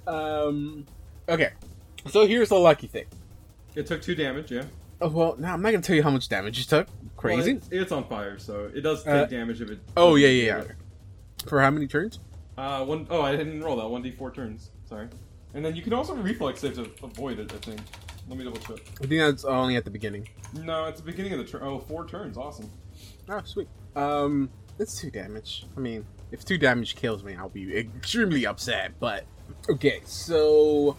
Um, okay. So here's the lucky thing. it took two damage, yeah. Oh, well, no, I'm not gonna tell you how much damage you took. Crazy. Well, it's, it's on fire, so it does take Uh, damage if it. oh yeah, yeah, yeah. For how many turns? Uh, one oh I didn't roll that. One d four turns. Sorry. And then you can also reflex save to avoid it. I think. Let me double check. I think that's only at the beginning. No, it's the beginning of the turn. Oh, four turns. Awesome. Oh, sweet. Um, it's two damage. I mean, if two damage kills me, I'll be extremely upset. But okay, so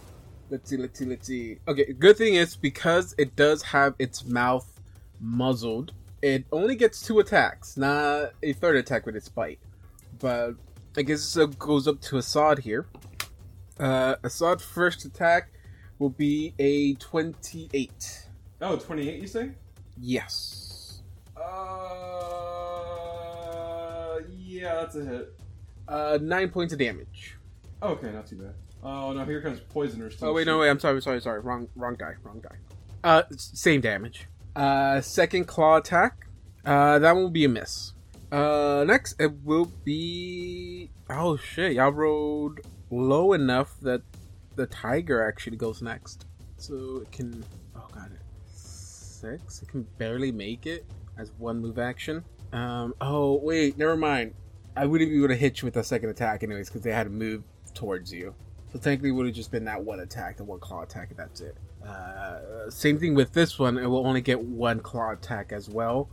let's see, let's see, let's see. Okay, good thing is because it does have its mouth muzzled, it only gets two attacks, not a third attack with its bite. But I guess it goes up to Assad here. Uh, Assad's first attack will be a twenty-eight. Oh, 28, You say? Yes. Uh, yeah, that's a hit. Uh, nine points of damage. Okay, not too bad. Oh no, here comes poisoners. Oh wait, no wait. I'm sorry, sorry, sorry. Wrong, wrong guy, wrong guy. Uh, s- same damage. Uh, second claw attack. Uh, that one will be a miss. Uh, next it will be. Oh shit, y'all rolled low enough that the tiger actually goes next. So it can. Oh god, it six. It can barely make it as one move action. Um. Oh wait, never mind. I wouldn't be able to hit you with a second attack anyways because they had to move towards you. So technically, would have just been that one attack, the one claw attack, and that's it. Uh, same thing with this one; it will only get one claw attack as well.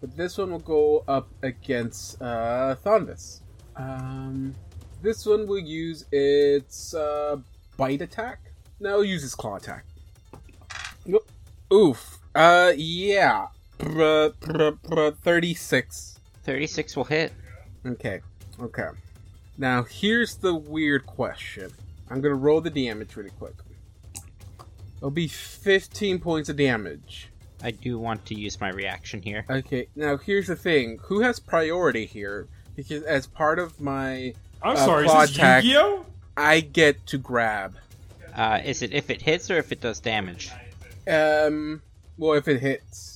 But this one will go up against uh, Thonvis. Um, this one will use its uh, bite attack. No, it'll use its claw attack. Yep. Oof. Uh, yeah. Bruh, bruh, bruh, Thirty-six. 36 will hit. Okay, okay. Now here's the weird question. I'm gonna roll the damage really quick. It'll be 15 points of damage. I do want to use my reaction here. Okay, now here's the thing. Who has priority here? Because as part of my, I'm Uh, sorry. Is claw this attack. Yu-Gi-Oh? I get to grab. Uh, is it if it hits or if it does damage? Um, well, if it hits,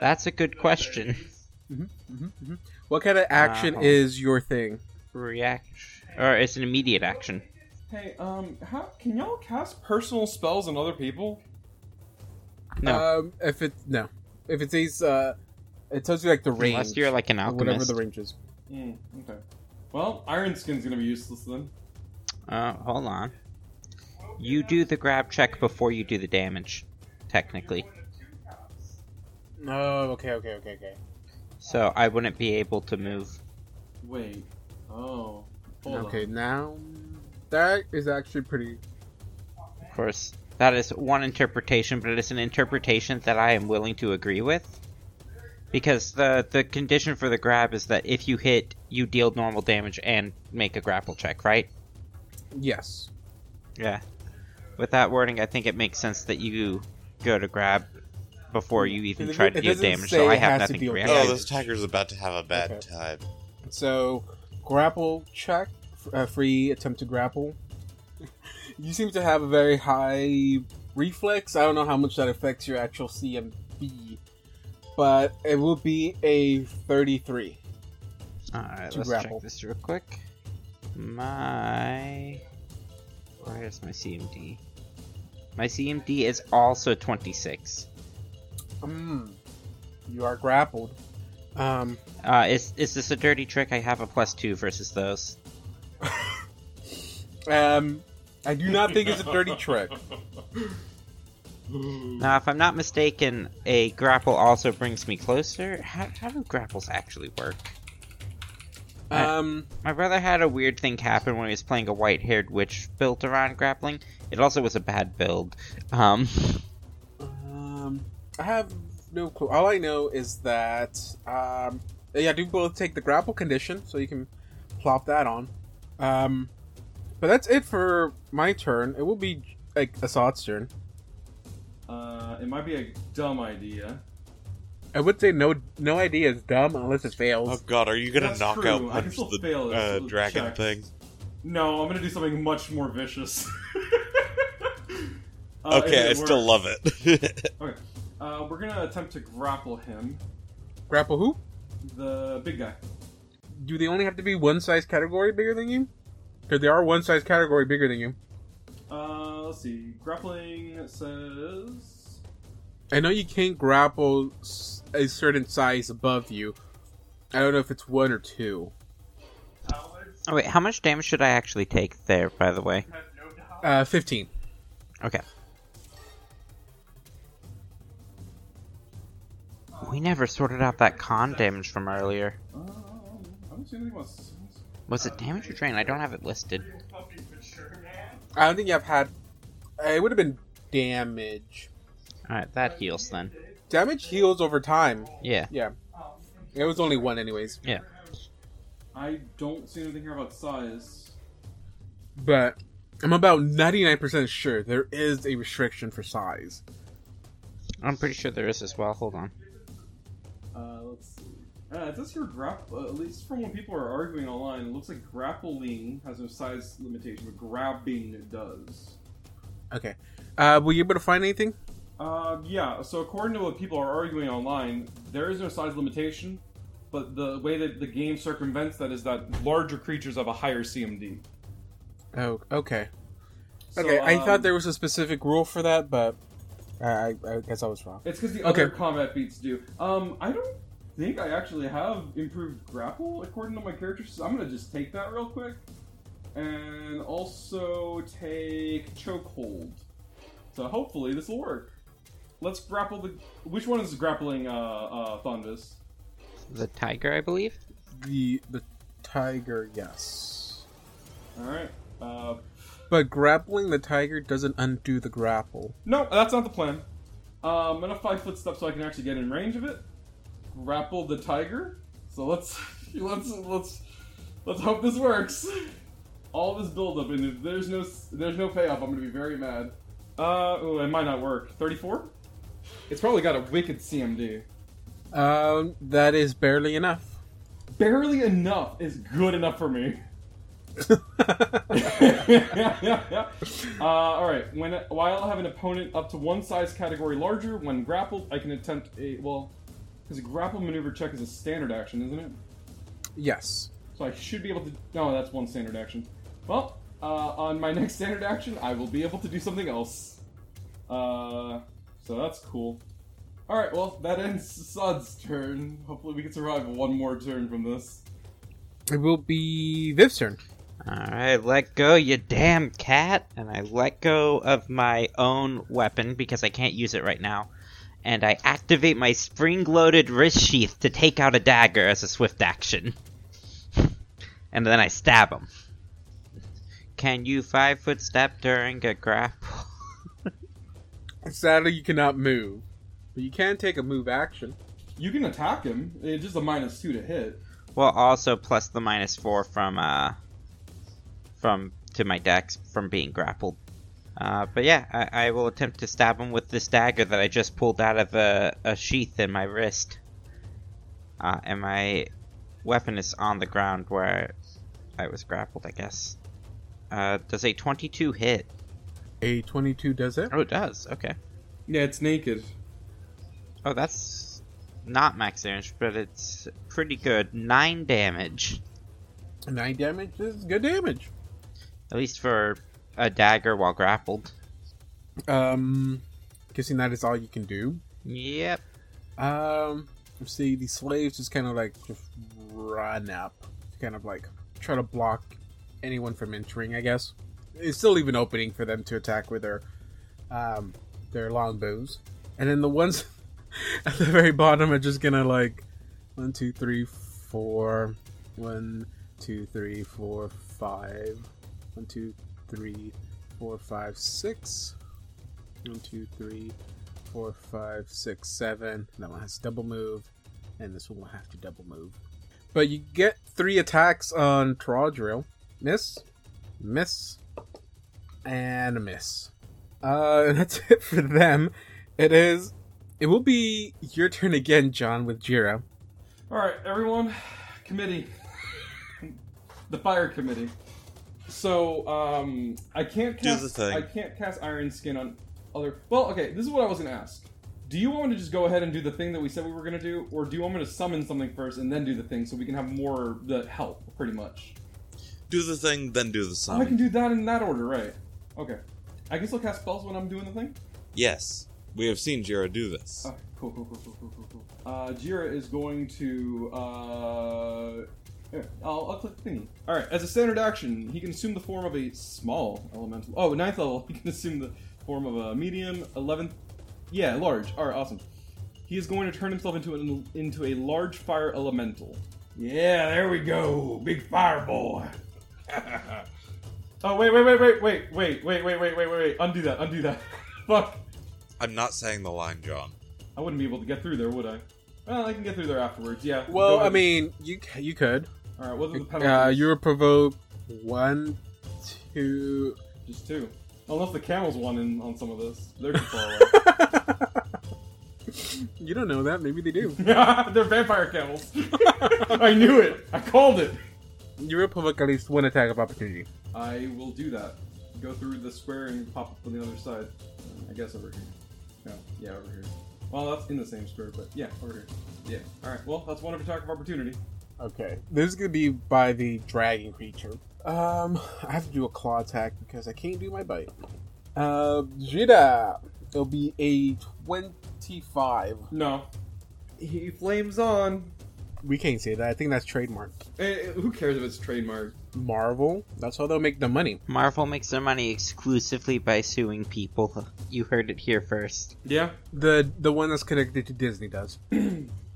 That's a good question. Mm-hmm, what kind of action Wow. is your thing? Reaction. Or it's an immediate action. Hey, um, how can y'all cast personal spells on other people? No. Um, if it no, if it says uh, it tells you like the range. Unless you're like an or whatever alchemist. the range is. Hmm. Okay. Well, Iron Skin's gonna be useless then. Uh, hold on. You do the grab check before you do the damage, technically. Oh, okay, okay, okay, okay. So I wouldn't be able to move. Wait. Oh. Hold okay, On. now that is actually pretty. Of course, that is one interpretation, but it is an interpretation that I am willing to agree with. Because the, the condition for the grab is that if you hit, you deal normal damage and make a grapple check, right? Yes. Yeah. With that wording, I think it makes sense that you go to grab before you even Hmm. It- try to it deal doesn't damage, say so I it has have to nothing deal to react Oh, damage. to. this tiger's about to have a bad Okay. time. So, grapple check, f- uh, free attempt to grapple. you seem to have a very high reflex. I don't know how much that affects your actual CMB, but it will be a 33. Alright, To let's grapple. check this real quick. My. Where is my CMD? My CMD is also 26. Hmm. Mm. You are grappled. Um, Uh, is, is this a dirty trick? I have a plus two versus those. um, I do not think it's a dirty trick. Now, if I'm not mistaken, a grapple also brings me closer. How, how do grapples actually work? Um, My brother had a weird thing happen when he was playing a white haired witch built around grappling. It also was a bad build. Um, um, I have no clue. All I know is that um, yeah, I do both take the grapple condition, so you can plop that on. Um, but that's it for my turn. It will be like Assad's turn. Uh, it might be a dumb idea. I would say no, no idea is dumb unless it fails. Oh god, are you gonna That's knock true. out I can punch still the fail this uh, little dragon check. thing? No, I'm gonna do something much more vicious. Uh, if Okay, I it still works. love it. Okay, uh, we're gonna attempt to grapple him, Grapple who? the big guy. Do they only have to be one size category bigger than you? Because they are one size category bigger than you. Uh, let's see. Grappling says. I know you can't grapple s- a certain size above you. I don't know if it's one or two. oh, wait, how much damage should I actually take there, by the way? Uh, 15. Okay. We never sorted out that con damage from earlier. Um, I don't see anything about. s- Was it damage or drain? I don't have it listed. I don't think you have had. It would have been damage. Alright, that heals then. Damage heals over time. Yeah. Yeah. It was only one, anyways. Yeah. I don't see anything here about size. But I'm about 99% sure there is a restriction for size. I'm pretty sure there is as well. Hold on. Uh, let's see. Uh, it says here grapple. At least from when people are arguing online, it looks like grappling has no size limitation, but grabbing does. Okay. Uh, were you able to find anything? Uh, yeah. So according to what people are arguing online, there is no size limitation, but the way that the game circumvents that is that larger creatures have a higher CMD. Oh, okay. So, Okay, I thought um, there was a specific rule for that, but I, I, I guess I was wrong. It's because the Okay. other combat beats do. Um, I don't think I actually have improved grapple according to my character. So I'm gonna just take that real quick, and also take chokehold. So hopefully this will work. Let's grapple the. Which one is grappling? Uh, uh, Thundus. The tiger, I believe? The the tiger, yes. All right. Uh, But grappling the tiger doesn't undo the grapple. no, that's not the plan. Uh, I'm gonna five foot step so I can actually get in range of it. Grapple the tiger. So let's let's let's let's hope this works. All this buildup and if there's no there's no payoff, I'm gonna be very mad. Uh, oh, it might not work. 34. It's probably got a wicked CMD. Um, that is barely enough. Barely enough is good enough for me. uh, all right. When while I have an opponent up to one size category larger, when grappled, I can attempt a well, because a grapple maneuver check is a standard action, isn't it? yes. So I should be able to. No, that's one standard action. Well, uh, on my next standard action, I will be able to do something else. Uh, so that's cool. All right. Well, that ends Sud's turn. Hopefully, we can survive one more turn from this. It will be Viv's turn. Alright, let go, you damn cat! And I let go of my own weapon because I can't use it right now. And I activate my spring loaded wrist sheath to take out a dagger as a swift action. and then I stab him. Can you five foot step during a grapple? Sadly, you cannot move, but you can take a move action. You can attack him. It's just a minus two to hit. Well, also plus the minus four from uh from to my dex from being grappled. Uh, but yeah, I, I will attempt to stab him with this dagger that I just pulled out of a, a sheath in my wrist. Uh, and my weapon is on the ground where I was grappled, I guess. Uh, does a 22 hit? A twenty-two does it. Oh, it does. Okay. Yeah, it's naked. Oh, that's not max damage, but it's pretty good. Nine damage, Nine damage is good damage. at least for a dagger while grappled. Um, guessing that is all you can do. Yep. Um, you see, the slaves just kind of like just run up, to kind of like try to block anyone from entering. I guess it's still leave an opening for them to attack with their um their longbows, and then the ones at the very bottom are just gonna like one, two, three, four, one, two, three, four, five, one, two, three, four, five, six, one, two, three four, five, six, seven. That one has double move, and this one will have to double move. But you get three attacks on Trodrill. Miss, miss, and a miss. Uh, and that's it for them. It is. It will be your turn again, John, with Jira. All right, everyone, committee, the fire committee. So um, I can't Do cast, the thing. I can't cast Iron Skin on other. Well, okay, this is what I was gonna ask. Do you want me to just go ahead and do the thing that we said we were gonna do, or do you want me to summon something first and then do the thing so we can have more the help, pretty much? Do the thing, then do the Oh, I can summon. do that in that order, right? Okay, I can still cast spells when I'm doing the thing. yes, we have seen Jiro do this. Okay, cool, cool, cool, cool, cool, cool, cool. Uh, Jira is going to. Uh, here, I'll, I'll click thingy. All right. As a standard action, he can assume the form of a small elemental. Oh, ninth level, he can assume the form of a medium. Eleventh, yeah, large. All right, awesome. He is going to turn himself into an, into a large fire elemental. Yeah, there we go, big fire boy. oh wait, wait, wait, wait, wait, wait, wait, wait, wait, wait, wait. Undo that. Undo that. Fuck. I'm not saying the line, John. I wouldn't be able to get through there, would I? Well, I can get through there afterwards. Yeah. Go Well, I ahead. mean, you c- you could. all right. What are the penalties? Uh, you were provoked one, two. just two. Unless the camels won in on some of this, they're too far away. You don't know that. Maybe they do. they're vampire camels. I knew it. I called it. you were provoked at least one attack of opportunity. I will do that. Go through the square and pop up on the other side. Uh, I guess over here. No, yeah, over here. Well, that's in the same square, but yeah, over here. Yeah. All right. Well, that's one of attack of opportunity. Okay. This is gonna be by the dragon creature. Um, I have to do a claw attack because I can't do my bite. Uh, Jida. It'll be a twenty-five. No. He flames on. We can't say that. I think that's trademark. Eh, eh, who cares if it's trademark? Marvel. That's how they'll make the money. Marvel makes their money exclusively by suing people. You heard it here first. Yeah. The the one that's connected to Disney does.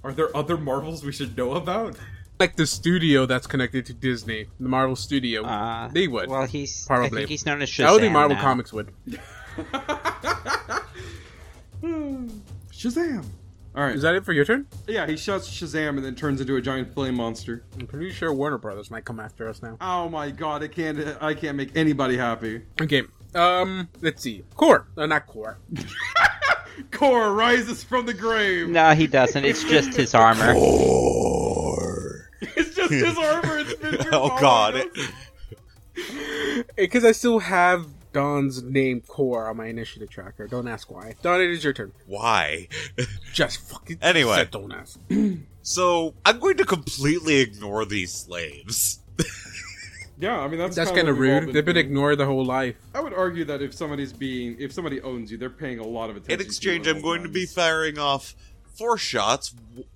Are there other marvels we should know about? Like the studio that's connected to Disney, the Marvel studio. Uh, They would. Well, he's. I Probably. think he's known as Shazam. that would be Marvel now. Comics would. Shazam. All right. Is that it for your turn? Yeah, he shouts Shazam and then turns into a giant flame monster. I'm pretty sure Warner Brothers might come after us now. Oh my god, I can't I can't make anybody happy. Okay. Um. Let's see. Core. Uh, not core. Korra rises from the grave. No, he doesn't. It's just his armor. It's just his armor. It's oh god. Because Uh, I still have Don's name core on my initiative tracker. Don't ask why. Don, it is your turn. Why? Just fucking Anyway. said don't ask. So, I'm going to completely ignore these slaves. Yeah, I mean that's That's kind kinda of what we've all rude. They've been doing. ignored their whole life. I would argue that if somebody's being if somebody owns you, they're paying a lot of attention. In to you exchange, at all I'm going to be times. firing off four shots,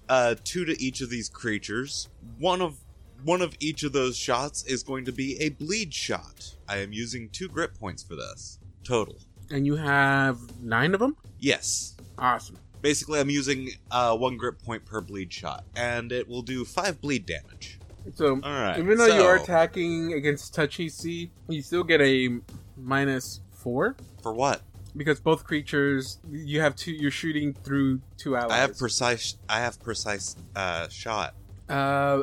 uh, two to each of these creatures. One of one of each of those shots is going to be a bleed shot. I am using two grit points for this total. And you have nine of them. Yes, Awesome. basically, I'm using uh, one grit point per bleed shot, and it will do five bleed damage. So All right. even though you are so, attacking against touch EC, you still get a minus four for what? because both creatures you have two. You're shooting through two allies. I have precise. I have precise uh, shot. uh,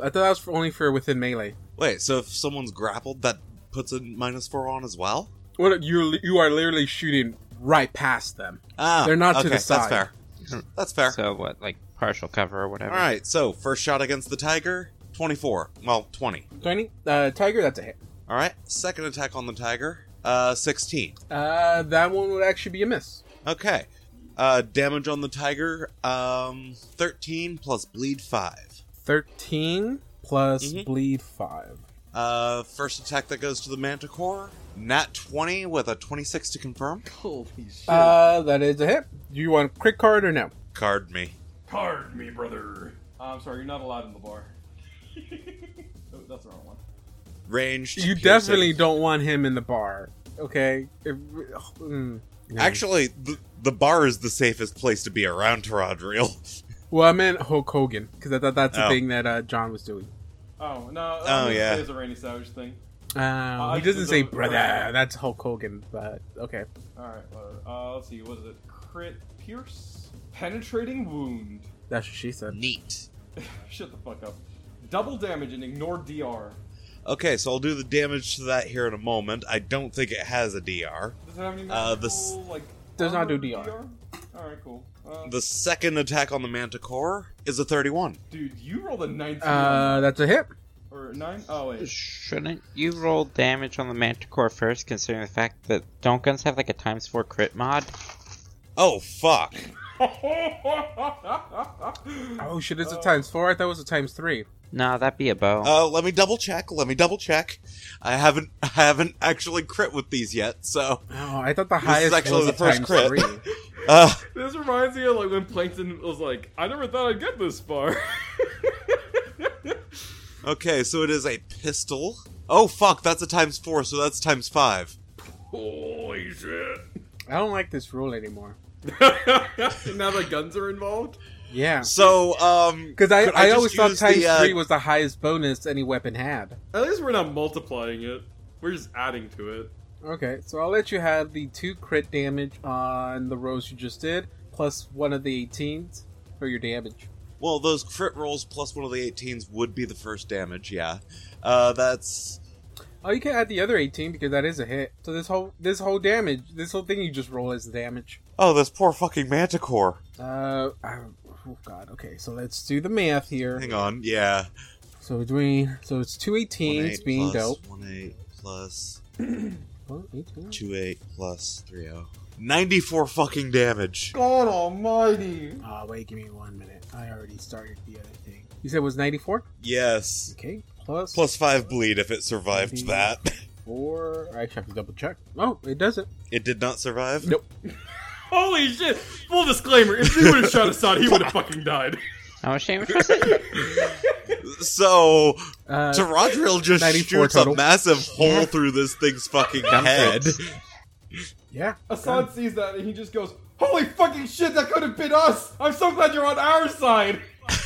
I thought that was for only for within melee. Wait, so if someone's grappled, that puts a minus four on as well. What you you are literally shooting right past them. Ah, They're not to okay, the side. That's fair. That's fair. So what, like partial cover or whatever? All right, so first shot against the tiger, 24. Well, 20. 20. Uh, Tiger, that's a hit. All right, second attack on the tiger, uh, 16. Uh, that one would actually be a miss. Okay, Uh, damage on the tiger, um, 13 plus bleed 5. 13 plus Mhm. bleed 5. Uh, first attack that goes to the manticore, nat 20 with a 26 to confirm. Holy shit. Uh, that is a hit. Do you want crit card or no? Card me. Card me, brother. I'm sorry, you're not allowed in the bar. oh, that's the wrong one. Ranged. You piercing. definitely don't want him in the bar. Okay? If- mm. Actually, the, the bar is the safest place to be around Taradriel. Well, I meant Hulk Hogan because I thought that's the Oh. thing that uh, John was doing. Oh no! Oh, yeah. it's a Randy Savage thing. Um, he I- doesn't say the- brother. That's Hulk Hogan, but okay. All right, whatever. Uh, let's see. What is it? Crit pierce, penetrating wound. That's what she said. Neat. Shut the fuck up. Double damage and ignore DR. Okay, so I'll do the damage to that here in a moment. I don't think it has a DR. Does it have any Uh, magical, this- like Does not do armor DR. All right, cool. Uh, The second attack on the manticore is a 31. dude, you rolled a nineteen Uh, that's a hit. or a nine? Oh wait. Shouldn't you roll damage on the Manticore first, considering the fact that don't guns have like a times four crit mod? Oh, fuck. Oh shit! It's a Uh, times four. I thought it was a times three. No, that'd be a bow. Oh. Uh, let me double check. Let me double check. I haven't I haven't actually crit with these yet, so Oh, I thought the is highest was actually the a first times crit. three. uh, This reminds me of like when Plankton was like, "I never thought I'd get this far." okay, so it is a pistol. Oh fuck, that's a times four, so that's times five. Holy shit! I don't like this rule anymore. now the guns are involved. Yeah, So um, because I, could I, just always thought use times the, uh, three was the highest bonus any weapon had. At least we're not multiplying it. We're just adding to it. Okay, so I'll let you have the two crit damage on the rolls you just did, plus one of the 18s for your damage. Well, those crit rolls plus one of the 18s would be the first damage, yeah. Uh, that's. Oh, you can add the other 18 because that is a hit. So this whole this whole damage, this whole thing you just roll is damage. Oh, this poor fucking manticore. Uh, I, oh god. Okay, so let's do the math here. Hang on, yeah. So between so it's two 18s 1-8 being plus dope. 1 8 plus Well, 18. 2 8 plus 3 0. 94 fucking damage. God Almighty! Oh, wait, give me one minute. I already started the other thing. You said it was 94? Yes. Okay, plus Plus 5 bleed if it survived Maybe. that. 4. I actually have to double check. Oh, it doesn't. It did not survive? Nope. Holy shit! Full disclaimer: if he would have shot Assad, he would have fucking died. How much damage was it? So, Uh, Taradril just 94 shoots total. a massive Yeah. hole through this thing's fucking Dumb head. crits. yeah. Assad sees that and he just goes, "Holy fucking shit! That could have been us! I'm so glad you're on our side."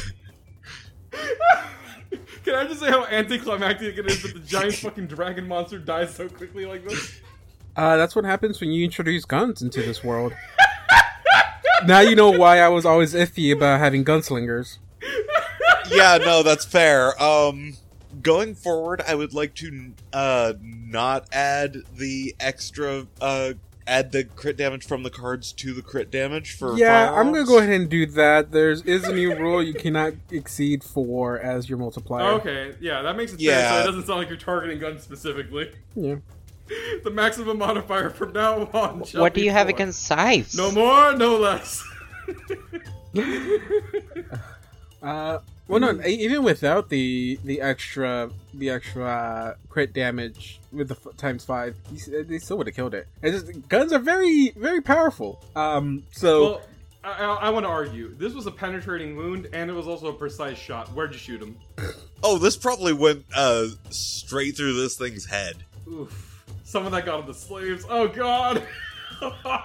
Can I just say how anticlimactic it is that the giant fucking dragon monster dies so quickly like this? Uh, that's what happens when you introduce guns into this world. now you know why I was always iffy about having gunslingers. yeah, no, that's fair. Um, going forward, I would like to uh not add the extra uh add the crit damage from the cards to the crit damage for. Yeah, I'm gonna firearms. go ahead and do that. There's is a new rule you cannot exceed four as your multiplier. Okay, yeah, that makes it Yeah. fair, so it doesn't sound like you're targeting guns specifically. Yeah. The maximum modifier from now on. shall what do be you have four. against Scythes? No more, no less. Uh, well, no, e- even without the the extra the extra uh, crit damage with the f- times five, you s- they still would have killed it. It's just, guns are very very powerful. Um, so well, I, I, I want to argue. This was a penetrating wound, and it was also a precise shot. Where'd you shoot him? Oh, this probably went uh straight through this thing's head. Oof. Someone that got him the slaves. Oh god. Uh,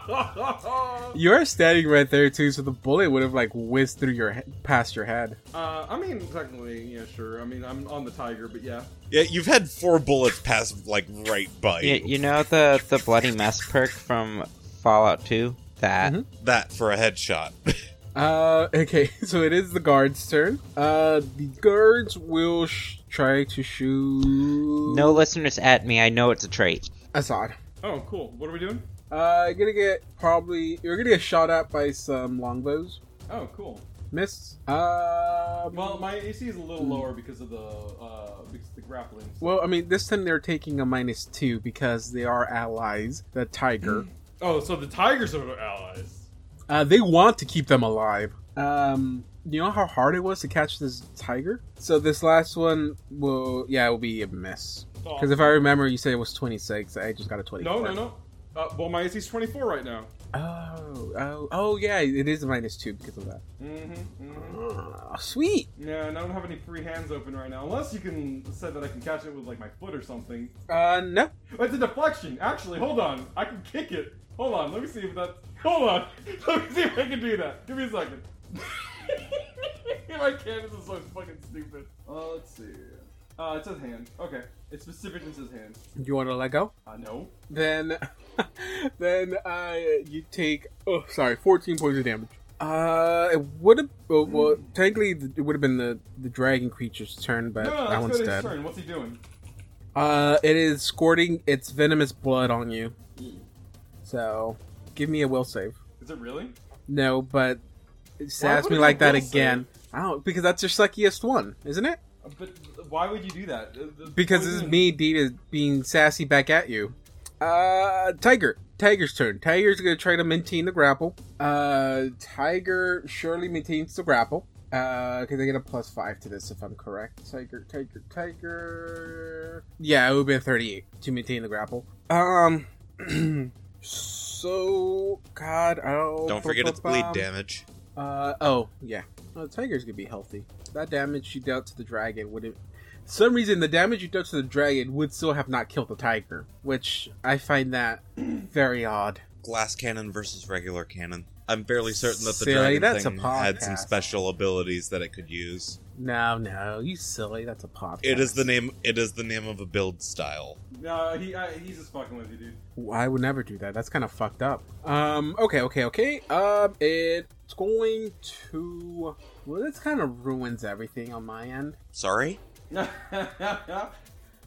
You're standing right there too, so the bullet would have like whizzed through your he- past your head. uh, I mean, technically, yeah, sure. I mean, I'm on the tiger, but yeah. Yeah, you've had four bullets pass like right by You, you. you know the the bloody mess perk from Fallout Two. That Mhm. That for a headshot. Uh, okay, so it is the guard's turn. Uh, the guards will sh- try to shoot. no listeners at me. I know it's a trait. Assad. Oh, cool. What are we doing? Uh, you're gonna get probably you're gonna get shot at by some longbows. Oh, cool. Miss. Uh, Well, my AC is a little lower because of the uh, because of the grappling. well, I mean, this time they're taking a minus two Mm. because they are allies. The tiger. Oh, so the tigers are allies. Uh, they want to keep them alive. Um, you know how hard it was to catch this tiger. So this last one will, yeah, it will be a miss. Because if I remember, you said it was twenty six. I just got a twenty. no, Oh. no, no. Uh, well, my AC's 24 right now. Oh, oh, oh, yeah, it is a minus two because of that. Mm-hmm, mm-hmm. Oh, sweet. Yeah, and I don't have any free hands open right now, unless you can say that I can catch it with like my foot or something. Uh, no. Oh, It's a deflection. Actually, hold on. I can kick it. Hold on. Let me see if that. Hold on. Let me see if I can do that. Give me a second. if I can, this is so fucking stupid. Uh, let's see. Uh, it says hand. Okay. It specifically says hand. You want to let go? Uh, no. Then, then uh, you take oh sorry, fourteen points of damage. Uh, it would have well, well technically th- it would have been the the dragon creature's turn, but Hmm. No, no, that that's one's not his dead. turn. What's he doing? Uh, it is squirting its venomous blood on you. Hmm. So, give me a will save. Is it really? No, but just Why ask would me it like be a that will save? again. I don't because that's your suckiest one, isn't it? Uh, But why would you do that? Uh, the- Because this is poison- me, Dita, being sassy back at you. Uh, Tiger. Tiger's turn. Tiger's gonna try to maintain the grapple. Uh, Tiger surely maintains the grapple. Uh, because I get a plus five to this if I'm correct. Tiger, Tiger, Tiger. Yeah, it would be a 38 to maintain the grapple. Um, so, God, oh. Don't forget its bleed ba-ba-bum. damage. Uh oh yeah. Oh, the tiger's gonna be healthy. That damage you dealt to the dragon would, for some reason, the damage you dealt to the dragon would still have not killed the tiger, which I find that very odd. Glass cannon versus regular cannon. I'm fairly certain that the Silly, dragon that's a thing had some podcast. special abilities that it could use. No, no, you silly. That's a pop. It is the name. It is the name of a build style. Nah, he I, he's just fucking with you, dude. I would never do that. That's kind of fucked up. Um. Okay. Okay. Okay. Um. It's going to. Well, this kind of ruins everything on my end. Sorry.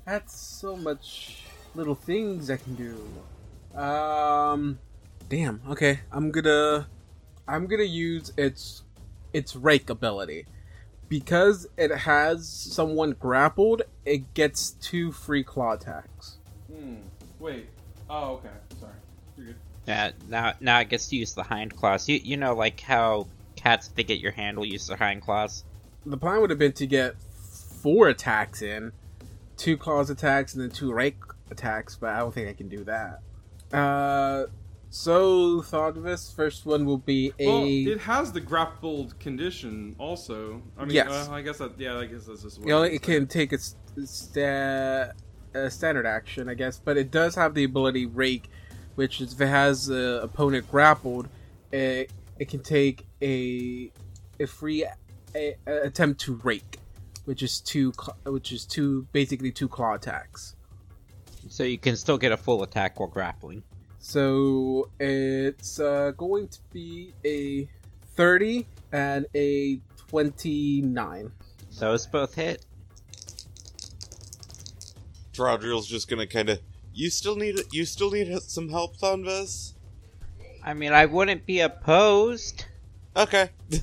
That's so much little things I can do. Um, damn. Okay, I'm gonna, I'm gonna use its, its rake ability, because it has someone grappled. It gets two free claw attacks. hmm. Wait. Oh, okay. Sorry. You're good. Yeah, now now I guess to use the hind claws. You you know like how cats if they get your handle use their hind claws. The plan would have been to get four attacks in, two claws attacks and then two rake attacks, but I don't think I can do that. Uh, so Thogvis, first one will be a. Well, it has the grappled condition also. I mean, Yes. uh, I guess that, yeah, I guess that's just what you know, it is. it can take a, st- sta- a standard action, I guess, but it does have the ability Rake, which is if it has the opponent grappled, it, it can take a a free a, a attempt to rake, which is two cl- which is two basically two claw attacks. So you can still get a full attack while grappling. So it's uh, going to be a thirty and a twenty nine. Those both hit. Drodriel's just gonna kind of. You still need. You still need some help, Thonvis. I mean I wouldn't be opposed. Okay.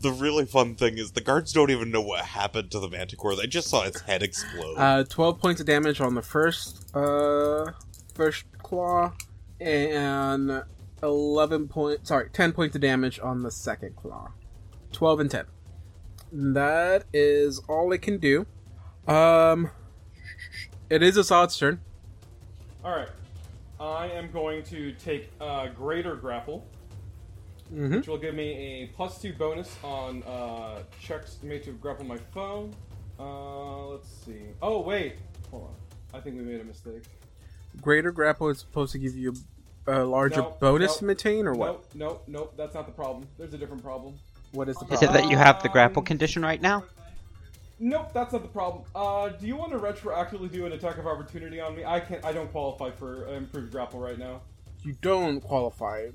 the really fun thing is the guards don't even know what happened to the manticore. They just saw its head explode. Uh, 12 points of damage on the first uh, first claw and 11 point sorry 10 points of damage on the second claw 12 and 10 that is all it can do um it is a solid turn All right. I am going to take uh, greater grapple, mm-hmm. which will give me a plus two bonus on uh, checks made to grapple my foe. Uh, let's see. Oh wait, hold on. I think we made a mistake. greater grapple is supposed to give you a larger No, bonus no, to maintain or what Nope, nope, nope. That's not the problem. There's a different problem. what is the Is problem it that you have the grapple Um, condition right now? Nope, that's not the problem. Uh, do you want to retroactively do an attack of opportunity on me? I can't. I don't qualify for improved grapple right now. you don't qualify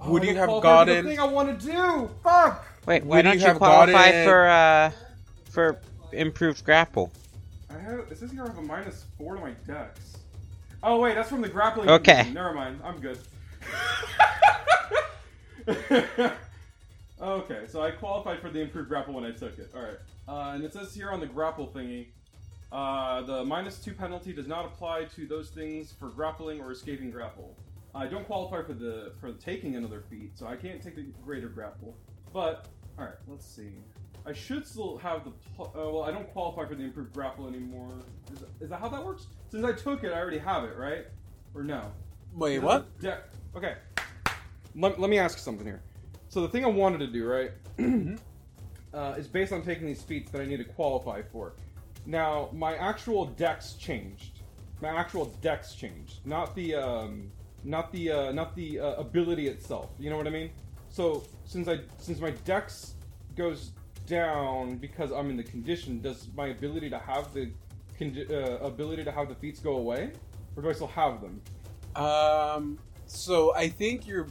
Oh, Would I you don't have qualify for the gotten- thing I want to do. Fuck. Wait, would why don't you you, have qualify gotten- for uh for improved grapple? I have. It says here I have a minus four to my dex. Oh wait, that's from the grappling. Okay. condition. Never mind. I'm good. okay, so I qualified for the improved grapple when I took it. All right, uh, and it says here on the grapple thingy, uh, the minus two penalty does not apply to those things for grappling or escaping grapple. I don't qualify for the for taking another feat, so I can't take the greater grapple. But all right, let's see. I should still have the. Pl- oh, well, I don't qualify for the improved grapple anymore. Is that, is that how that works? Since I took it, I already have it, right? Or no? Wait, what? Yeah. Okay. let, let me ask you something here. So the thing I wanted to do, right, uh, is based on taking these feats that I need to qualify for. Now my actual dex changed. My actual dex changed, not the um, not the uh, not the uh, ability itself. You know what I mean? So since I since my dex goes down because I'm in the condition, does my ability to have the condi- uh, ability to have the feats go away, or do I still have them? Um, so I think your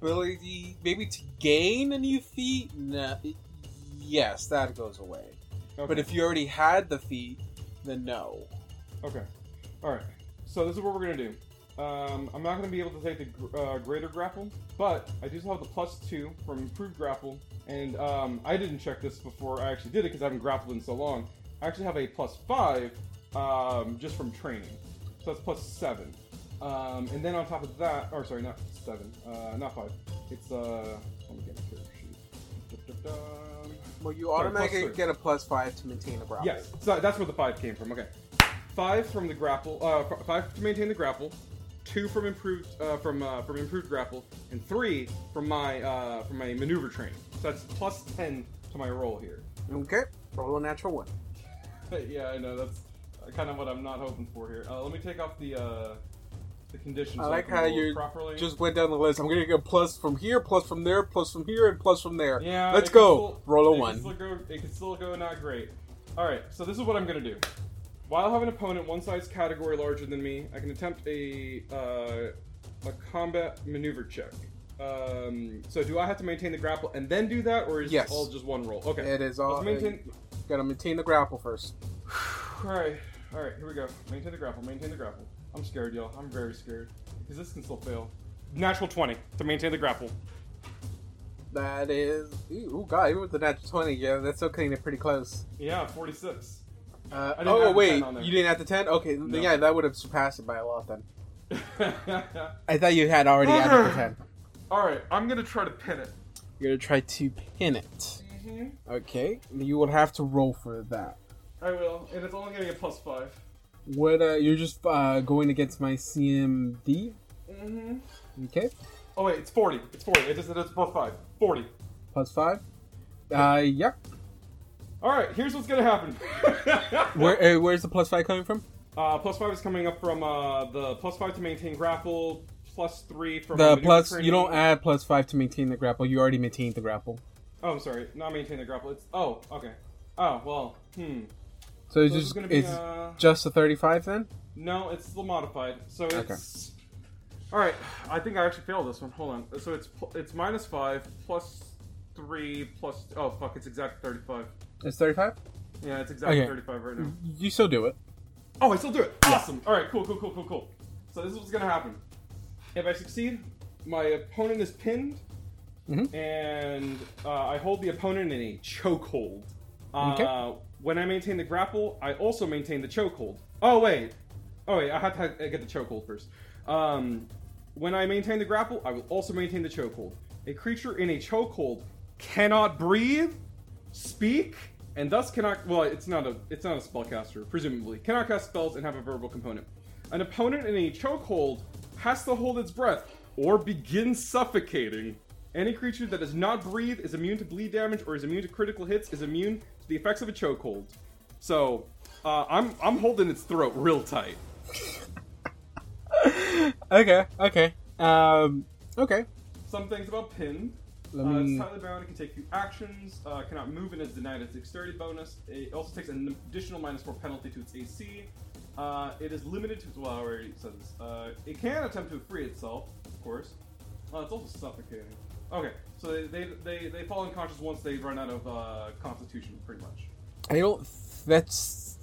ability, maybe to gain a new feat, no, yes, that goes away. Okay. But if you already had the feat, then no. Okay. All right. So this is what we're gonna do. Um, I'm not gonna be able to take the gr- uh, greater grapple, but I do still have the plus two from improved grapple, and um, I didn't check this before I actually did it because I haven't grappled in so long. I actually have a plus five um, just from training, so that's plus seven. Um, and then on top of that, or sorry, not seven, uh, not five. It's uh, let me get a character sheet. Dum-dum-dum. Well, you Sorry, automatically plus three. get a plus five to maintain a grapple. Yes, so that's where the five came from. Okay, five from the grapple, uh, f- five to maintain the grapple, two from improved uh, from uh, from improved grapple, and three from my uh, from my maneuver training. So that's plus ten to my roll here. Okay. Roll a natural one. yeah, I know that's kind of what I'm not hoping for here. Uh, let me take off the uh, the conditions. I so like can how roll you properly. Just went down the list. I'm gonna get a plus from here, plus from there, plus from here, and plus from there. Yeah. Let's it can go. still- Roll a it can one. still go- it can still go not great. All right. So this is what I'm gonna do. While I have an opponent one size category larger than me, I can attempt a uh, a combat maneuver check. Um, so do I have to maintain the grapple and then do that, or is Yes. it all just one roll? Okay. It is all. Let's maintain. Gotta maintain the grapple first. All right. All right. Here we go. Maintain the grapple. Maintain the grapple. I'm scared, y'all. I'm very scared because this can still fail. Natural twenty to maintain the grapple. That is. Ooh, ooh, God, even with the natural 20, yeah, that's still cutting it pretty close. Yeah, forty-six. Uh, I didn't have oh, the wait, 10 on there. you didn't have the 10? Okay, then No. yeah, that would have surpassed it by a lot then. I thought you had already added the 10. All right, I'm gonna try to pin it. You're gonna try to pin it. Mm-hmm. Okay, you will have to roll for that. I will, and it's only gonna get plus five. What, uh, you're just uh, going against my CMD? Mm-hmm. Okay, Oh wait, it's forty. It's forty. It just it's plus five. Forty. plus 5. Uh, yep. All right, here's what's gonna happen. Where, uh, where's the plus 5 coming from? uh, plus five is coming up from uh, the plus five to maintain grapple, plus three from The maneuver plus, training. you don't add plus 5 to maintain the grapple, you already maintained the grapple. Oh, I'm sorry, not maintain the grapple. It's oh, okay. Oh well, hmm. So So it's this is just, gonna be it's uh, just a 35 then? no, it's still modified. So it's all right. I think I actually failed this one. Hold on. So it's pl- it's minus five plus three plus oh fuck, it's exact thirty-five. It's 35? Yeah, it's exactly Okay. 35 right now. You still do it. Oh, I still do it. Awesome. All right, cool, cool, cool, cool, cool. So this is what's gonna happen. If I succeed, my opponent is pinned, Mhm. and uh, I hold the opponent in a chokehold. Uh, Okay. When I maintain the grapple, I also maintain the chokehold. Oh wait, oh wait, I have to ha- get the chokehold first. Um, when I maintain the grapple, I will also maintain the chokehold. A creature in a chokehold cannot breathe, speak, and thus cannot. Well, it's not a it's not a spellcaster, presumably. Cannot cast spells and have a verbal component. An opponent in a chokehold has to hold its breath or begin suffocating. Any creature that does not breathe is immune to bleed damage or is immune to critical hits is immune to the effects of a chokehold. So, uh, I'm I'm holding its throat real tight. Okay, okay. Um, okay. Some things about pinned. Let Uh, it's me. tightly bound. It can take few actions. Uh, cannot move and is denied its dexterity bonus. It also takes an additional minus four penalty to its AC. Uh, it is limited to. Well, I already said this. Uh, it can attempt to free itself, of course. Uh, it's also suffocating. Okay, so they they, they, they fall unconscious once they run out of uh, Constitution, pretty much. I don't. That's.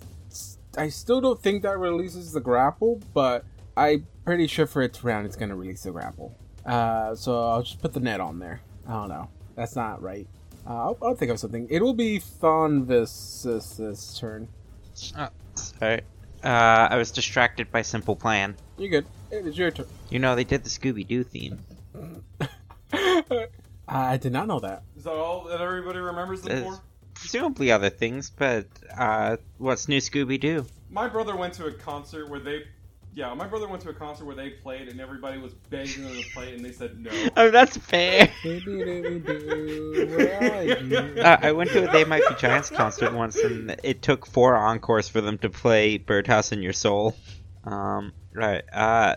I still don't think that releases the grapple, but I'm pretty sure for its round it's gonna release the grapple. Uh, so I'll just put the net on there. I don't know. That's not right. Uh, I'll, I'll think of something. It will be Thonvis's turn. Uh, sorry. Uh, I was distracted by Simple Plan. You're good. It is your turn. You know, they did the Scooby Doo theme. I did not know that. Is that all that everybody remembers them There's for? presumably other things, but uh, what's new Scooby Doo? My brother went to a concert where they, yeah, my brother went to a concert where they played and everybody was begging them to play and they said no. Oh, that's fair. Where uh, I went to a They Might Be Giants concert once, and it took four encores for them to play "Birdhouse in Your Soul." Um, right. Uh,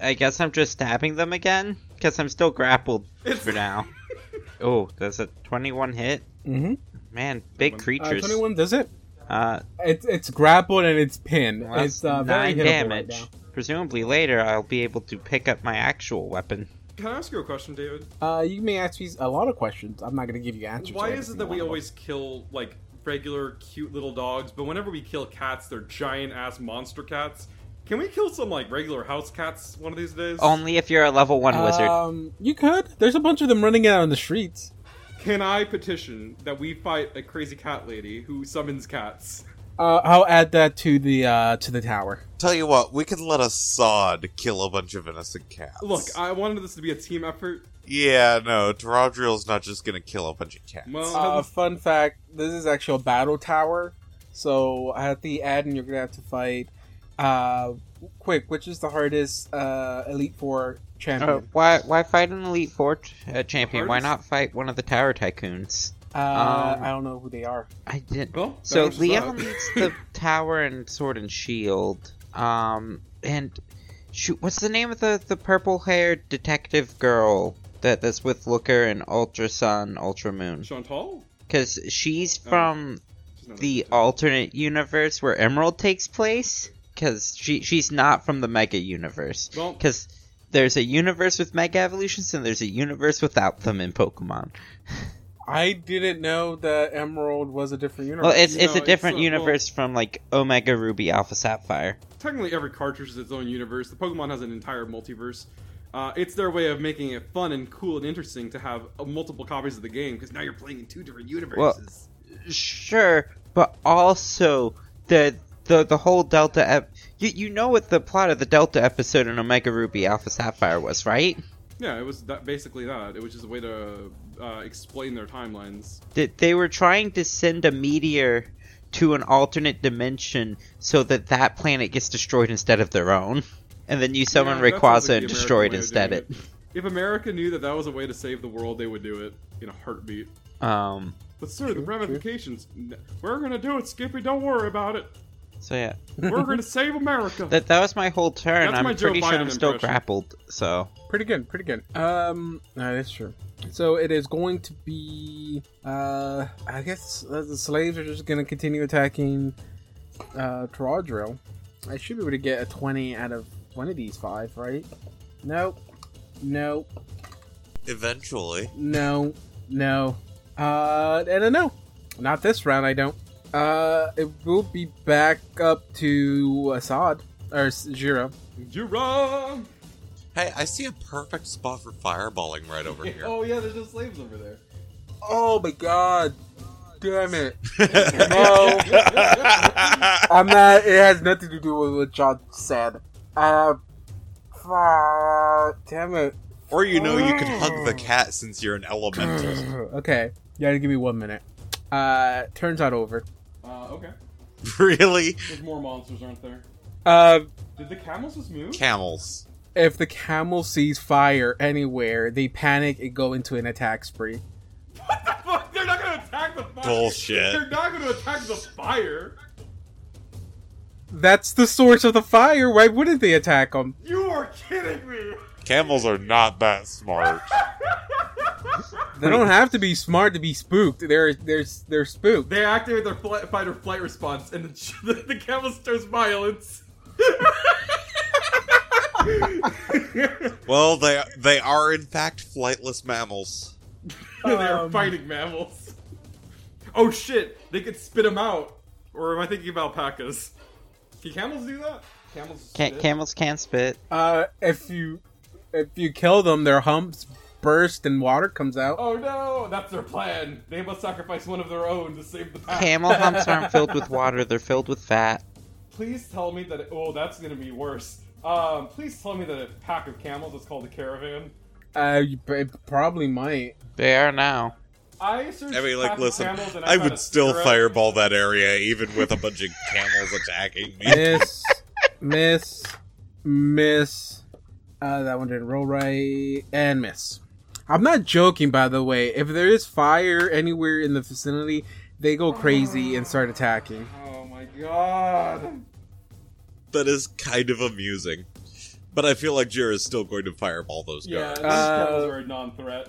I guess I'm just stabbing them again because I'm still grappled for now. oh, that's a 21 hit. Mm-hmm. Man, big Uh, creatures. Twenty-one does it. Uh, It's it's grappled and it's pinned. well, that's it's uh, very nine hittable damage. Right Presumably later, I'll be able to pick up my actual weapon. Can I ask you a question, David? now. Uh, you may ask me a lot of questions. I'm not going to give you answers. Why to is everything it that we you want. always kill like regular cute little dogs, but whenever we kill cats, they're giant ass monster cats? Can we kill some like regular house cats one of these days? Only if you're a level one wizard. Um, you could. There's a bunch of them running out on the streets. Can I petition that we fight a crazy cat lady who summons cats? Uh, I'll add that to the uh, to the tower. Tell you what, we can let a sod kill a bunch of innocent cats. Look, I wanted this to be a team effort. yeah, no, Taradriel's not just gonna kill a bunch of cats. Well, Uh, fun fact: This is actually a battle tower. So at the end, you're gonna have to fight. Uh, quick, which is the hardest uh, Elite Four champion? Uh, why why fight an elite four ch- uh, champion? Why Hardest- not fight one of the tower tycoons? Uh, Um, I don't know who they are. I didn't. well So there's Leo that. needs the tower and sword and shield. Um, and shoot, what's the name of the the purple haired detective girl that that's with Looker and Ultra Sun, Ultra Moon? Chantal? Because she's Oh. from She's not a the detective. alternate universe where Emerald takes place. Because she she's not from the Mega universe. Well, Because there's a universe with mega evolutions and there's a universe without them in Pokemon. I didn't know that Emerald was a different universe. Well, it's it's No, a it's different not- well- universe from like Omega Ruby Alpha Sapphire. technically every cartridge is its own universe. The Pokemon has an entire multiverse. Uh, it's their way of making it fun and cool and interesting to have uh, multiple copies of the game because now you're playing in two different universes. Sure, but also the the the whole Delta. Ep- you you know what the plot of the Delta episode in Omega Ruby Alpha Sapphire was, right? yeah, it was that, basically that. It was just a way to uh, explain their timelines. That they were trying to send a meteor to an alternate dimension so that that planet gets destroyed instead of their own, and then you summon Yeah, that sounds like Rayquaza the and American destroy it way of instead. doing It. it. If America knew that that was a way to save the world, they would do it in a heartbeat. Um. But sir, the ramifications. n- We're gonna do it, Skippy. Don't worry about it. So yeah, We're gonna save America. that that was my whole turn. That's I'm my Joe pretty sure Biden I'm still impression. grappled. So pretty good, pretty good. Um, no, that's true. So it is going to be. Uh, I guess uh, the slaves are just going to continue attacking. Uh, Taradril. I should be able to get a twenty out of one of these five, right? Nope. Nope. Eventually. No, no. Uh, and a no. Not this round, I don't. Uh, it will be back up to Assad or Zero. You're wrong. Hey, I see a perfect spot for fireballing right over here. Oh yeah, there's no slaves over there. Oh my god. Damn it. no. I'm not, it has nothing to do with what John said. Uh, fuck. Damn it. or you know, you can hug Oh. the cat since you're an elemental. okay. You gotta give me one minute. Uh, turns out over. Uh, okay. really? There's more monsters, aren't there? Uh, Did the camels just move? Camels. if the camel sees fire anywhere, they panic and go into an attack spree. What the fuck? They're not gonna attack the fire. Bullshit. They're not gonna attack the fire. That's the source of the fire. Why wouldn't they attack them? You are kidding me. Camels are not that smart. They don't have to be smart to be spooked. They're they're they're spooked. They activate their flight, fight or flight response, and the, the, the camel starts violence. well, they they are in fact flightless mammals. they are Um. fighting mammals. Oh shit! They could spit them out. Or am I thinking of alpacas? Can camels do that? Camels. can, camels can spit. Uh, if you if you kill them, their humps burst and water comes out. Oh no, that's their plan. They Ah. must sacrifice one of their own to save the pack. Camel humps aren't filled with water; they're filled with fat. please tell me that. It, oh, that's gonna be worse. Um, please tell me that a pack of camels is called a caravan. Uh, you p- probably might. They are now. I searched I mean, pack like, of listen, camels and I found a would still cigarette. fireball that area even with a bunch of camels attacking me. Miss, miss, miss. Uh, that one didn't roll right, and miss. I'm not joking, by the way. If there is fire anywhere in the vicinity, they go crazy and start attacking. Oh my god. That is kind of amusing. But I feel like Jira is still going to fireball those Yeah, guards. these Uh, camels are a non-threat.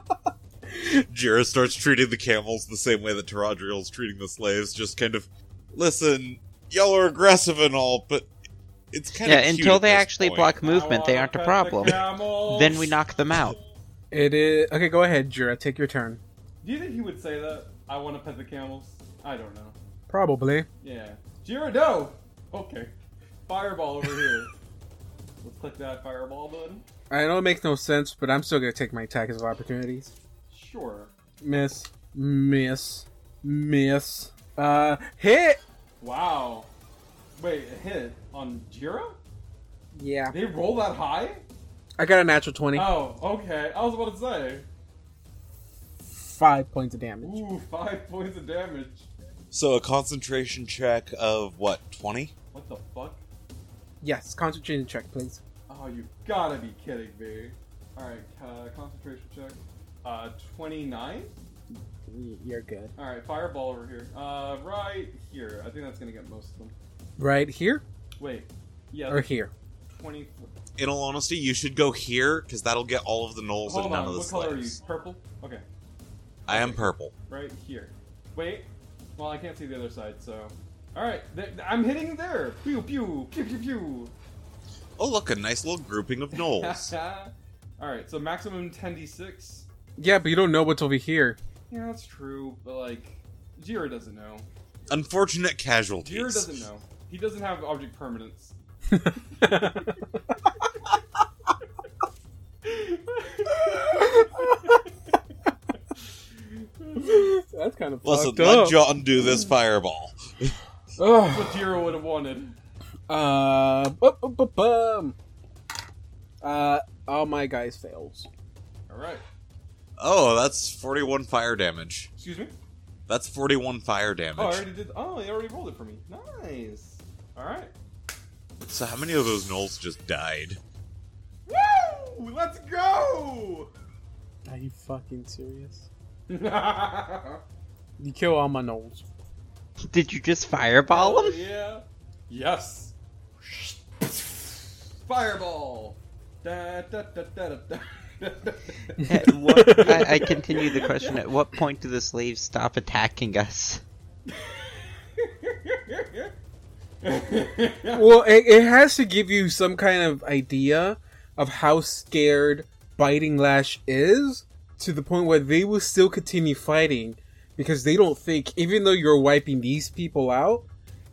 Jira starts treating the camels the same way that Taradriel's treating the slaves, just kind of, listen, y'all are aggressive and all, but it's kind Yeah, of cute until at they this actually point." block I movement, wanna they aren't a pet the problem. camels. Then we knock them out. It is okay. Go ahead, Jura. Take your turn. Do you think he would say that? I want to pet the camels. I don't know. Probably. Yeah. Girardeau! Okay. Fireball over here. Let's click that fireball button. I know it makes no sense, but I'm still gonna take my attack as opportunities. Sure. Miss, miss, miss. Uh, hit. Wow. Wait, a hit on Jira? Yeah. Uh, They roll that high? I got a natural twenty. Oh, okay. I was about to say. Five points of damage. Ooh, five points of damage. So a concentration check of what, 20? What the fuck? Yes. Concentration check, please. Oh, you gotta be kidding me. Alright, uh, concentration check. Uh, 29? You're good. Alright, fireball over here. Uh, right here. I think that's gonna get most of them. Right here Wait. Yeah, or here? 20. In all honesty, you should go here, because that'll get all of the gnolls Hold and none on, of the what color are you? slaves. Purple? Okay, I am purple. right here. Wait. Well, I can't see the other side, so. Alright, th- th- I'm hitting there! Pew, pew, pew, pew, pew! Oh, look, a nice little grouping of gnolls. Alright, so maximum 10d6. Yeah, but you don't know what's over here. Yeah, that's true, but like, Jira doesn't know. Unfortunate casualties. Jira doesn't know. He doesn't have object permanence. That's kind of Listen, fucked let up. John do this fireball. Ugh. What Jira would have wanted. uh, bu- bu- bu- bum. uh, all my guys fails. Alright. Oh, that's 41 fire damage. Excuse me? That's 41 fire Oh, I damage. already did. Oh, he already rolled it for me. Nice! Alright. So how many of those gnolls just died? Woo! Let's go! Are you fucking serious? Ball You kill all my gnolls. Did you just fireball them? Yeah. Yes. Fireball. Da, da, da, da, da, da, da. At what, I, I continue the question. At what point do the slaves stop attacking us? Well, it, it has to give you some kind of idea of how scared Biting Lash is to the point where they will still continue fighting because they don't think, even though you're wiping these people out,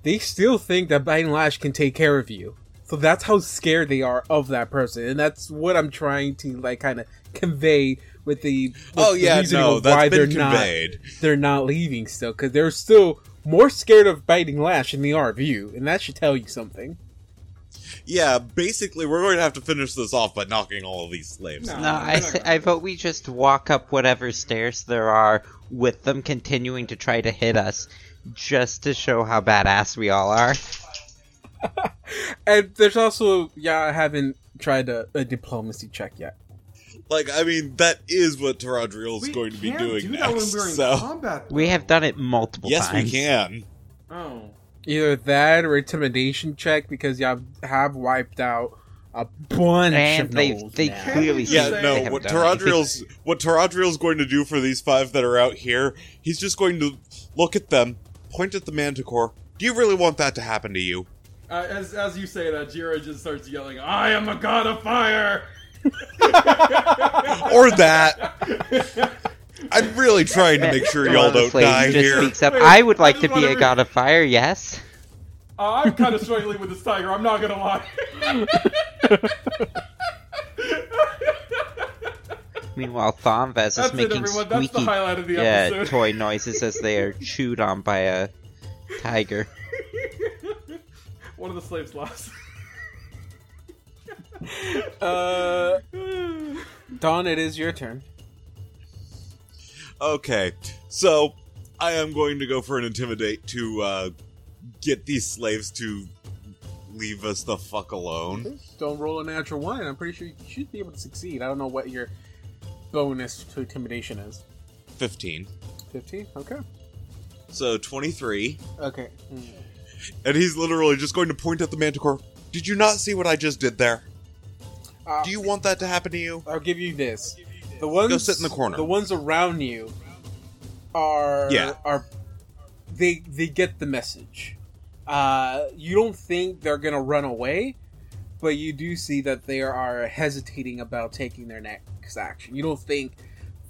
they still think that Biting Lash can take care of you. So that's how scared they are of that person, and that's what I'm trying to like kind of convey with the with Oh the yeah, reasoning no, of why that's been they're not conveyed. they're not leaving still because they're still more scared of biting lash in the RV, and that should tell you something. Yeah, basically we're going to have to finish this off by knocking all of these slaves. No. No, I, say, I vote we just walk up whatever stairs there are with them continuing to try to hit us just to show how badass we all are. And there's also yeah, I haven't tried a, a diplomacy check yet. Like, I mean, that is what Taradriel is We going to be can't doing do that next. when we're in so combat. We have done it multiple yes, times. we can. Oh. Either that or intimidation check because y'all have wiped out a bunch And of they gnolls they now. clearly Just Yeah, saying. think no. they have What done it. Taradriel's what Taradriel's going to do for these five that are out here, he's just going to look at them, point at the Manticore. Do you really want that to happen to you? Uh, as, as you say that, Jira just starts yelling, I am a god of fire! Or that? I'm really trying to make sure One y'all of the don't slaves die just here. speaks up, Wait, I would I like just to be wanna a re- god of fire. Yes. Uh, I'm kind of struggling with this tiger. I'm not gonna lie. Meanwhile, Thomvez That's is it, making everyone. That's the squeaky highlight of the yeah, episode. toy noises as they are chewed on by a tiger. One of the slaves lost. Uh, Don, it is your turn. Okay, so I am going to go for an intimidate to uh, get these slaves to leave us the fuck alone. Don't roll a natural one. I'm pretty sure you should be able to succeed. I don't know what your bonus to intimidation is. 15. 15? Okay. So 23. Okay. Hmm. And he's literally just going to point at the manticore. Did you not see what I just did there? Uh, Do you want that to happen to you? I'll give you this. The ones Go sit in the corner. The ones around you are Yeah. are they they get the message. Uh, you don't think they're gonna run away, but you do see that they are hesitating about taking their next action. You don't think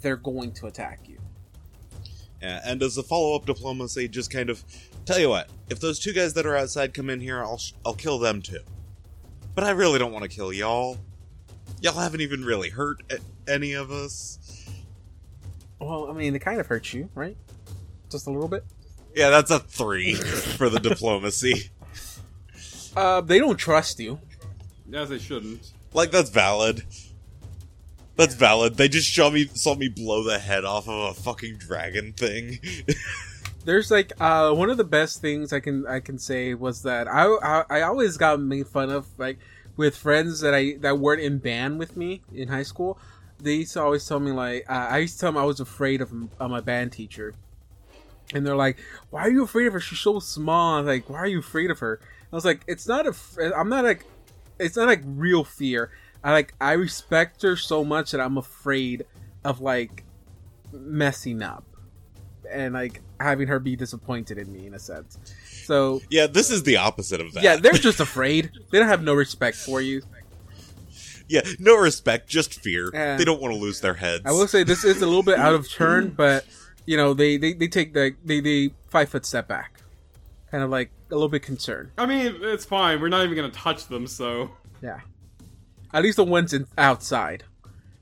they're going to attack you. Yeah, and as a follow up diplomacy, just kind of tell you what, if those two guys that are outside come in here, I'll, sh- I'll kill them too. But I really don't want to kill y'all. Y'all haven't even really hurt a- any of us. Well, I mean, they kind of hurt you, right? Just a little bit. Yeah, that's a three for the diplomacy. Uh, they don't trust you. As they shouldn't. Like, that's valid. That's valid. They just saw me, saw me blow the head off of a fucking dragon thing. There's like uh, one of the best things I can I can say was that I I, I always got made fun of like with friends that I that weren't in band with me in high school. They used to always tell me like uh, I used to tell them I was afraid of m- uh, my band teacher, and they're like, "Why are you afraid of her? She's so small. Like, why are you afraid of her?" I was like, "It's not a. F- I'm not like. It's not like real fear. I like. I respect her so much that I'm afraid of like messing up." and like having her be disappointed in me in a sense. So yeah, this is the opposite of that. yeah, they're just afraid. They don't have no respect for you. yeah, no respect, just fear. Yeah. They don't want to lose their heads. I will say this is a little bit out of turn, but you know they they, they take the they they five foot step back, kind of like a little bit concerned. I mean, it's fine. We're not even gonna touch them, so. Yeah, at least the ones in, outside.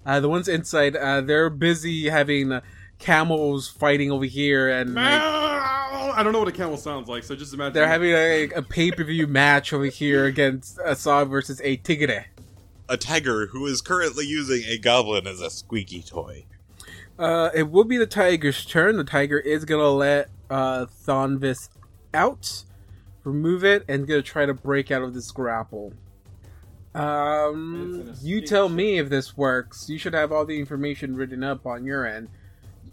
Uh, the ones inside, uh, they're busy having uh, camels fighting over here, and like, I don't know what a camel sounds like, so just imagine. they're having like, a pay per view match over here against Assad versus a Tigre. a tiger who is currently using a goblin as a squeaky toy. Uh, it will be the tiger's turn. The tiger is gonna let uh, Thonvis out, remove it, and gonna try to break out of this grapple. Um, It's an you escape tell me if this works. You should have all the information written up on your end,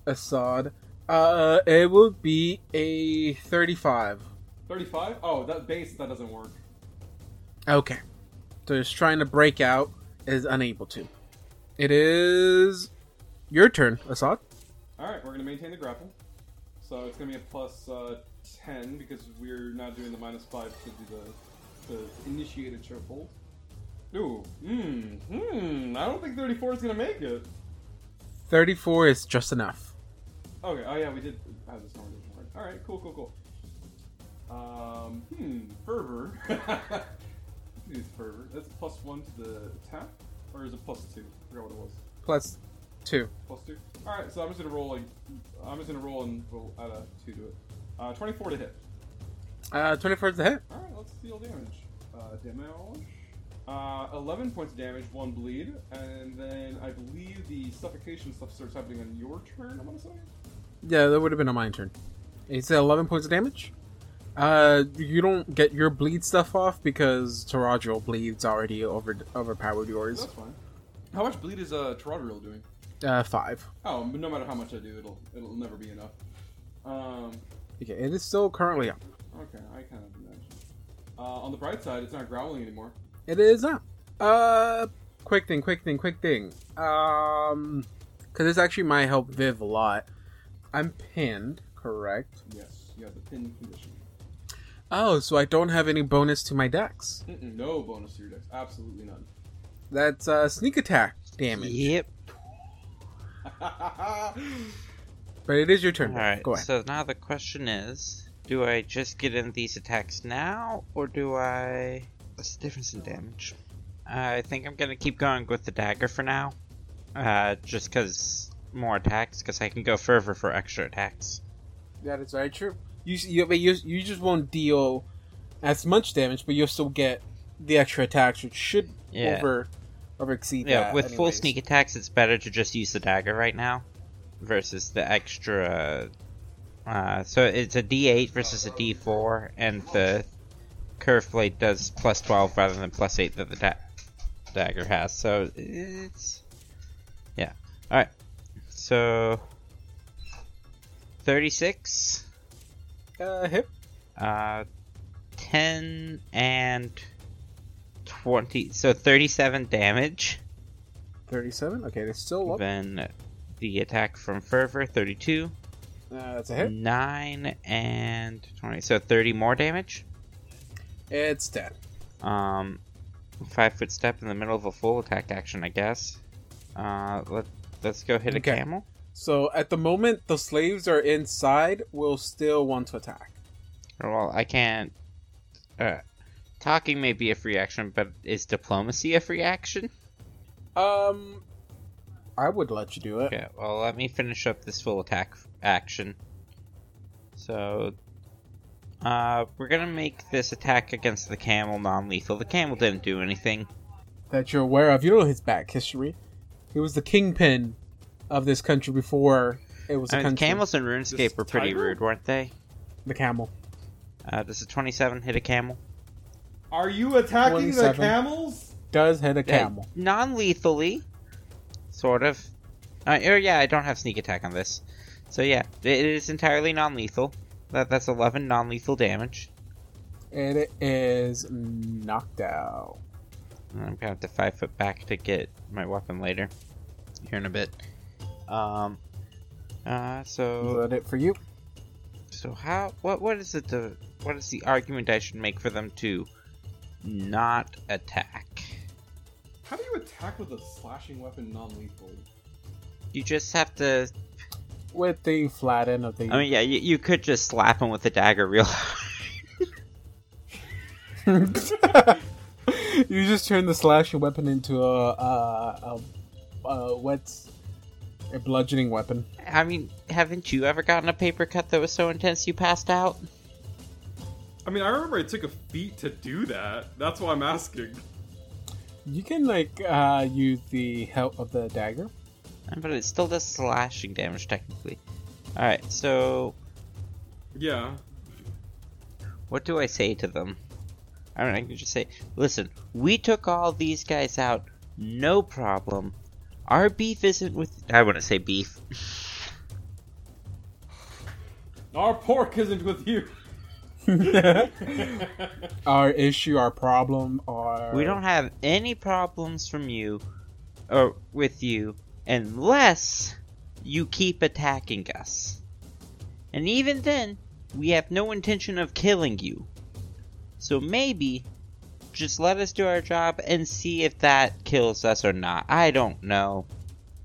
Assad. Uh, it will be a thirty-five. 35? Oh, that base, that doesn't work. Okay, so it's trying to break out. Is unable to. It is your turn, Assad. Alright, we're gonna maintain the grapple. So it's gonna be a plus uh, 10 because we're not doing the minus 5 to do the, the initiated triple. Ooh, hmm, hmm. I don't think 34 is gonna make it. Thirty-four is just enough. Okay, oh yeah, we did have this conversation. already. Alright, cool, cool, cool. Um, hmm, fervor. Use fervor. That's a plus 1 to the attack? Or is it plus 2? I forgot what it was. Plus two. plus two. All right, so I'm just gonna roll. Like, I'm just gonna roll and roll add a two to it. Uh, 24 to hit. Uh, 24 is the hit. All right, let's deal damage. Uh, damage. Uh, 11 points of damage, one bleed, and then I believe the suffocation stuff starts happening on your turn. I want to say. Yeah, that would have been on my turn. It's 11 points of damage. Uh, you don't get your bleed stuff off because Taradril bleeds already over overpowered yours. That's fine. How much bleed is uh, Taradriel doing? Uh, five. Oh, no matter how much I do, it'll it'll never be enough. Um, Okay, it is still currently up. okay, I kind of imagine. Uh, on the bright side, it's not growling anymore. It is up. Uh, quick thing, quick thing, quick thing. Um, because this actually might help Viv a lot. I'm pinned, correct? Yes, you have the pin condition. Oh, so I don't have any bonus to my dex. Mm-mm, no bonus to your dex. Absolutely none. That's uh, sneak attack damage. Yep. But it is your turn. All right. Go ahead. So now the question is, do I just get in these attacks now, or do I? What's the difference in damage? I think I'm gonna keep going with the dagger for now, uh, just because more attacks, because I can go further for extra attacks. That is very true. You s- you but you, you just won't deal as much damage, but you'll still get the extra attacks, which should Yeah. over over exceed Yeah, that with full anyways. sneak attacks, it's better to just use the dagger right now versus the extra. Uh, so it's a d8 versus a d4, and the curve blade does plus 12 rather than plus 8 that the da- dagger has. So it's. Yeah. Alright. So. 36, Uh, hit. uh, 10, and 20. So 37 damage. 37. Okay, that's still up. Uh, Then the attack from Fervor, 32, Uh, that's a hit. 9, and 20. So 30 more damage. It's dead. Um, 5 foot step in the middle of a full attack action, I guess. Uh, let, let's go hit Okay. a camel. So at the moment, the slaves are inside. Will still want to attack. Or, Well, I can't. Uh, talking may be a free action, but is diplomacy a free action? Um, I would let you do it. Okay, well, let me finish up this full attack f- action. So, uh, we're gonna make this attack against the camel non lethal. The camel didn't do anything. That you're aware of. You know his back history. He was the kingpin of this country before it was a I mean, country. camels in RuneScape This were pretty tiger? rude, weren't they? The camel. Uh, does a 27 hit a camel? Are you attacking the 27. camels? Does hit a camel. non lethally. Sort of. Uh, or, yeah, I don't have sneak attack on this. So, yeah, it is entirely non lethal. That, that's 11 non lethal damage. It is knocked out. And I'm gonna have to five foot back to get my weapon later. Here in a bit. Um. Uh. Is So. that it for you? So how? What? What is it? The what is the argument I should make for them to not attack? How do you attack with a slashing weapon non-lethally? You just have to. With the flat end of the. I mean, yeah. You, you could just slap them with a dagger real you just turn the slashing weapon into a a, a, a what's a bludgeoning weapon. I mean, haven't you ever gotten a paper cut that was so intense you passed out? I mean, I remember it took a feat to do that. That's why I'm asking. You can like uh, use the help of the dagger. But it still does slashing damage technically. All right. So Yeah. What do I say to them? I mean, I can just say, listen, we took all these guys out, no problem. Our beef isn't with. I wouldn't say beef. Our pork isn't with you. our issue, our problem, our We don't have any problems from you, or with you, unless you keep attacking us. And even then, we have no intention of killing you. So maybe just let us do our job and see if that kills us or not. I don't know.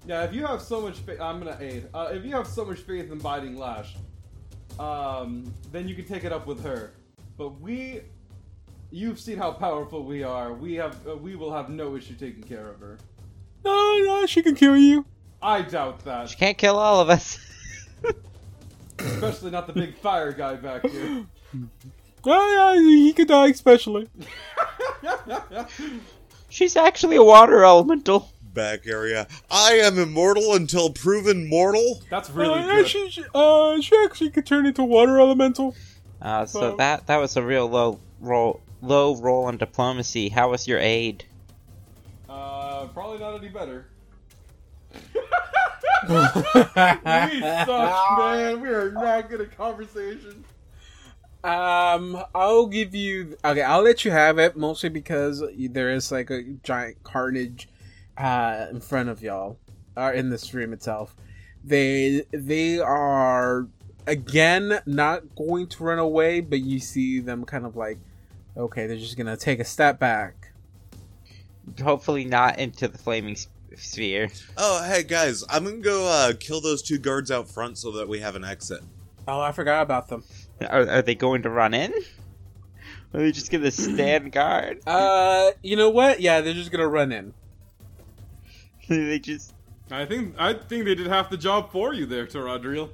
Yeah, if you have so much faith, I'm gonna aid. Uh, if you have so much faith in Biting Lash, um, then you can take it up with her. But we, you've seen how powerful we are. We have, uh, we will have no issue taking care of her. No, no, she can kill you. I doubt that, She can't kill all of us. especially not the big fire guy back here. Oh, yeah, he could die, especially. She's actually a water elemental. Back area. I am immortal until proven mortal. That's really Uh, yeah, good. she, she, uh, she actually could turn into water elemental. Uh, so Well- that that was a real low roll, low roll on diplomacy. How was your aid? Uh, probably not any better. We suck, um, man. We are not good at conversation. Um, I'll give you. Okay, I'll let you have it, mostly because there is like a giant carnage uh, in front of y'all, or in this room itself. They they are again not going to run away, but you see them kind of like, okay, they're just gonna take a step back. Hopefully not into the flaming s- sphere. Oh, hey guys, I'm gonna go uh, kill those two guards out front so that we have an exit. Oh, I forgot about them. Are, are they going to run in? Are they just gonna stand guard? Uh, you know what? Yeah, they're just gonna run in. they just I think I think they did half the job for you there, Taradriel.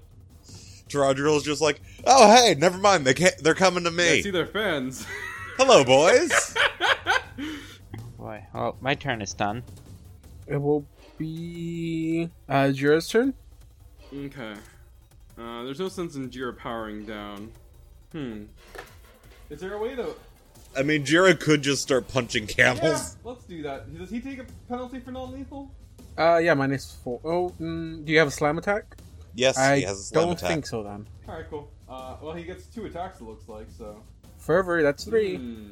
Taradril's just like, oh hey, never mind. They can't, they're coming to me. I see their fans. Hello, boys. Boy, well, my turn is done. It will be uh Jira's turn. Okay. Uh, there's no sense in Jira powering down. Hmm. Is there a way to? I mean, Jira could just start punching Yeah, camels. let's do that. Does he take a penalty for non-lethal? Uh yeah, mine is four. Oh, mm, do you have a slam attack? Yes, I he has a slam don't attack. think so. Then All right, cool. Uh, well, he gets two attacks. It looks like so. fervor. That's three. Hmm.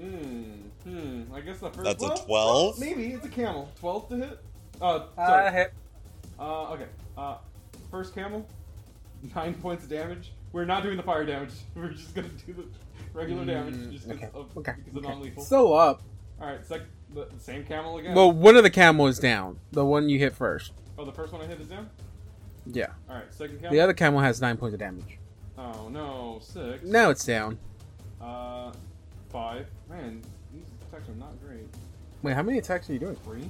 Hmm. Hmm. I guess the first. That's a well, 12? Maybe it's a camel. Twelve to hit. Uh, Uh, sorry. hit. Uh, okay. Uh, first camel, nine points of damage. We're not doing the fire damage. We're just gonna do the regular damage. Just Mm, Okay. because of, Okay. because of okay. non-lethal. Still up. All right. Sec- the the same camel again. Well, one of the camel is down. The one you hit first. Oh, the first one I hit is down. Yeah. All right. Second camel. The other camel has nine points of damage. Oh no, six. Now it's down. Uh, five. Man, these attacks are not great. Wait, how many attacks are you doing? Three.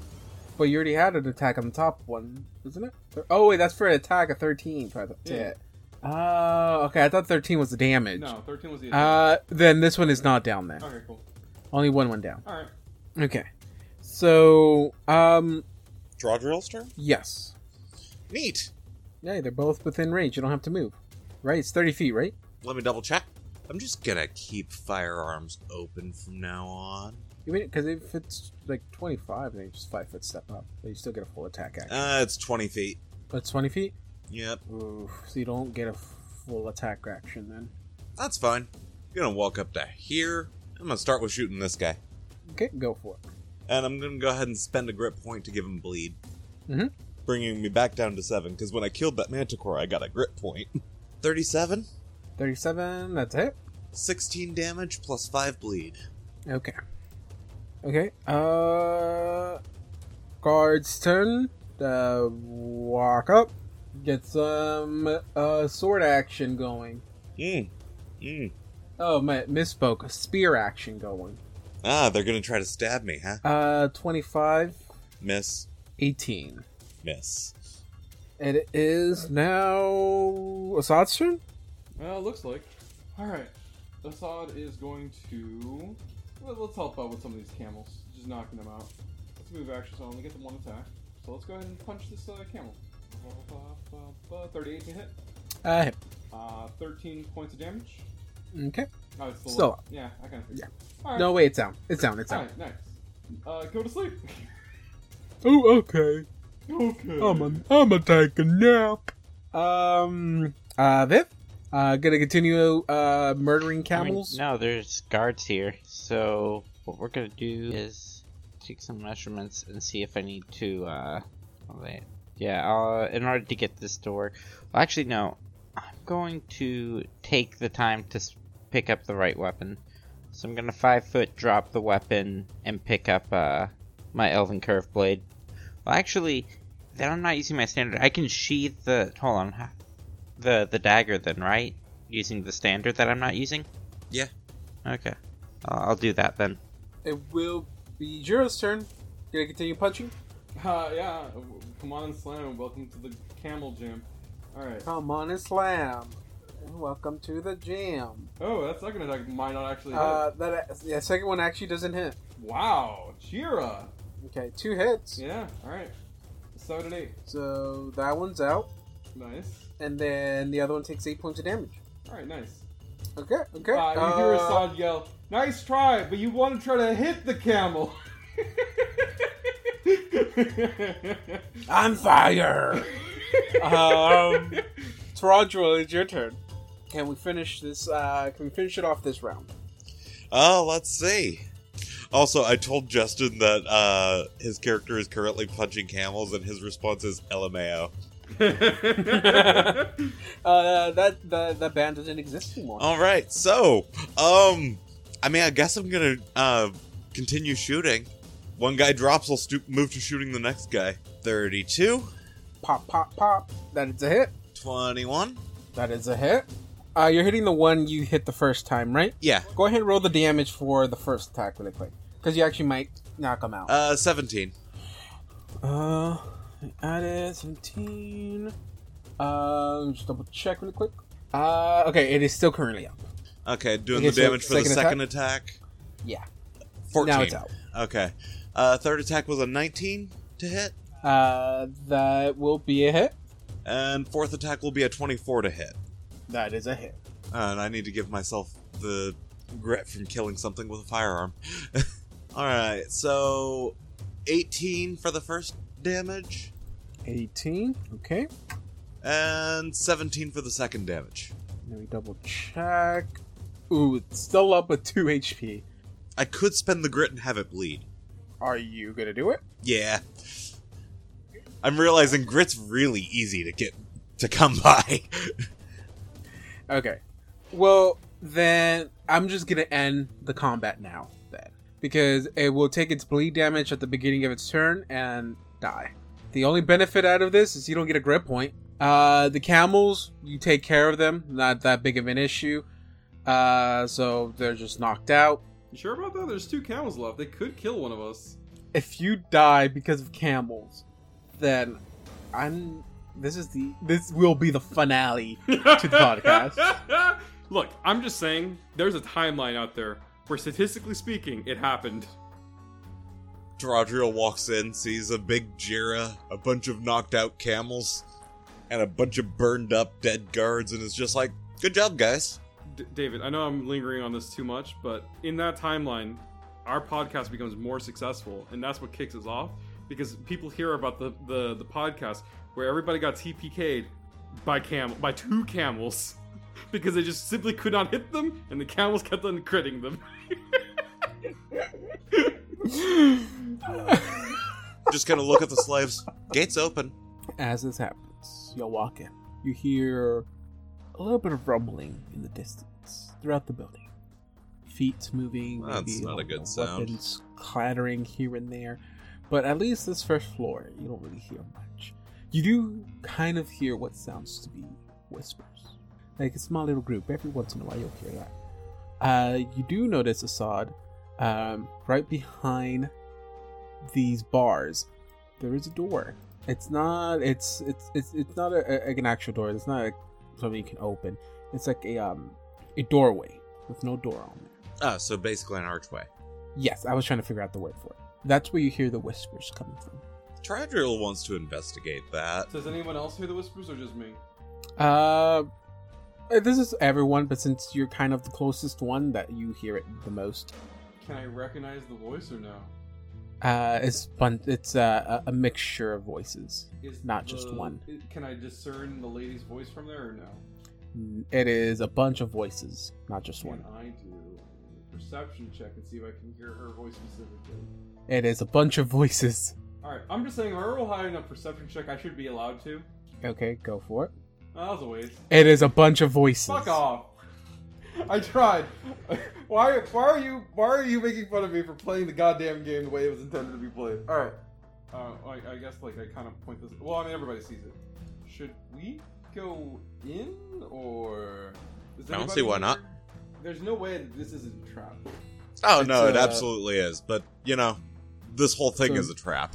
But you already had an attack on the top one, isn't it? Thir- Oh wait, that's for an attack of thirteen. For the- to Yeah. hit. Oh, okay. I thought thirteen was the damage. No, thirteen was the. attack. Uh, then this one is not down there. okay, cool. Only one went down. All right. Okay. So, um, Draw drill's turn. yes. Neat. Yeah, they're both within range. You don't have to move. Right? It's 30 feet, right? Let me double check. I'm just gonna keep firearms open from now on. Even because if it's like 25, then you just five foot step up, but you still get a full attack action. Uh, it's 20 feet. But it's 20 feet? Yep, Oof. So you don't get a full attack action then. that's fine. I'm gonna walk up to here. I'm gonna start with shooting this guy, Okay, go for it. and I'm gonna go ahead and spend a grip point to give him bleed, Mhm. bringing me back down to seven. Because when I killed that manticore, I got a grip point. 37, 37, that's it. 16 damage plus five bleed. Okay. Okay. Uh, guard's turn. Uh, walk up. Get some uh sword action going. Mm. Mm. Oh, my, misspoke. Spear action going. Ah, they're gonna try to stab me, huh? Uh, 25, Miss, 18. miss. And it is now Assad's turn. Well, it looks like. All right. Assad is going to. Well, let's help out with some of these camels. Just knocking them out. Let's move action, so I only get the one attack. So let's go ahead and punch this uh, camel. Ba, ba, ba, ba, 38 to hit. Uh, hit. Uh, 13 points of damage. okay. Oh, it's still, Still up. up. Yeah, I kind of. Yeah. All right. No, wait, it's down. It's down. It's All down. right, nice. Uh, go to sleep. Oh, okay. okay. Oh, I'm a take a nap. Um, uh, Viv, uh, gonna continue uh murdering I mean, camels. no, there's guards here. So what we're gonna do is take some measurements and see if I need to. uh oh, wait. Yeah. Uh, in order to get this to work. Well, actually, no. I'm going to take the time to s- pick up the right weapon. So I'm gonna five foot drop the weapon and pick up uh my elven curve blade. Well, actually, then I'm not using my standard. I can sheathe the. Hold on. huh? The the dagger then, right? Using the standard that I'm not using. Okay. I'll, I'll do that then. It will be Jiro's turn. Gonna continue punching. Uh, yeah. w- Come on, Slam. Welcome to the camel gym. All right. Come on and slam. Welcome to the jam. Oh, that second attack might not actually hit. Uh, that yeah, second one actually doesn't hit. wow, Jira. Okay, two hits. Yeah. All right. Seven and eight. So that one's out, Nice. and then the other one takes eight points of damage. All right. Nice. Okay, okay. Uh, you hear Uh, Assad yell, "Nice try," but you want to try to hit the camel. I'm fire. um, Taradril, it's your turn. Can we finish this? Uh, can we finish it off this round? Oh, let's see. Also, I told Justin that uh, his character is currently punching camels, and his response is LMAO. Uh, that that that band doesn't exist anymore. All right, so um, I mean, I guess I'm gonna uh, continue shooting. One guy drops, I'll stoop, move to shooting the next guy. 32, Pop, pop, pop. That is a hit. 21. That is a hit. Uh, you're hitting the one you hit the first time, right? Yeah, Go ahead and roll the damage for the first attack really quick, because you actually might knock them out. uh, 17. Uh, added 17. Uh, just double check really quick. Uh, okay, it is still currently up. Okay, doing Okay, the so damage for the second second attack. Yeah. 14. Now it's out. Okay. Uh, third attack was a 19 to hit, Uh, that will be a hit. and fourth attack will be a 24 to hit. That is a hit. Uh, and I need to give myself the regret from killing something with a firearm. Alright, so 18 for the first damage, 18. Okay. and 17 for the second damage. Let me double check. Ooh, it's still up with 2 HP. I could spend the grit and have it bleed. Are you gonna do it? Yeah. I'm realizing grit's really easy to get to come by. Okay. Well, then I'm just gonna end the combat now, then. Because it will take its bleed damage at the beginning of its turn and die. The only benefit out of this is you don't get a grip point. Uh, the camels, you take care of them, not that big of an issue. Uh, so they're just knocked out. You sure about that? There's two camels left. They could kill one of us. if you die because of camels, then I'm. This is the. This will be the finale. to the podcast. Look, I'm just saying, there's a timeline out there where, statistically speaking, it happened. Taradriel walks in, sees a big Jira, a bunch of knocked out camels, and a bunch of burned up dead guards, and is just like, Good job, guys. D- David, I know I'm lingering on this too much, but in that timeline, our podcast becomes more successful, and that's what kicks us off because people hear about the the, the podcast where everybody got TPK'd by camel by two camels because they just simply could not hit them, and the camels kept on critting them. Just gonna look at the slaves. Gates open. As this happens, you walk in. You hear a little bit of rumbling in the distance throughout the building. Feet moving. That's maybe, not a like, good weapons sound. clattering here and there, but at least this first floor, you don't really hear much. You do kind of hear what sounds to be whispers, like a small little group. Every once in a while, you'll hear that. Uh, you do notice Assad um, right behind these bars. There is a door. It's not. It's it's it's, it's not a, a- an actual door. It's not like something you can open. It's like a um a doorway with no door on it. Ah, so basically an archway. Yes, I was trying to figure out the word for it. That's where you hear the whispers coming from. Taradriel wants to investigate that. Does anyone else hear the whispers or just me? Uh, this is everyone, but since you're kind of the closest one that you hear it the most, Can I recognize the voice or no? uh, it's fun. It's uh, a, a mixture of voices. Is Not just one. i- Can I discern the lady's voice from there or no? It is a bunch of voices, not just Can one. I do a perception check and see if I can hear her voice specifically? It is a bunch of voices. All right, I'm just saying, if I roll high enough perception check, I should be allowed to. Okay, go for it. Oh, that was a waste. It is a bunch of voices. Fuck off. I tried. Why? Why are you? Why are you making fun of me for playing the goddamn game the way it was intended to be played? All right. Uh, I, I guess like I kind of point this. Well, I mean everybody sees it. Should we go in or? Is I don't see anybody why not. here- There's no way that this isn't trapped. Oh no, It's, it uh, absolutely is. But you know, this whole thing So- is a trap.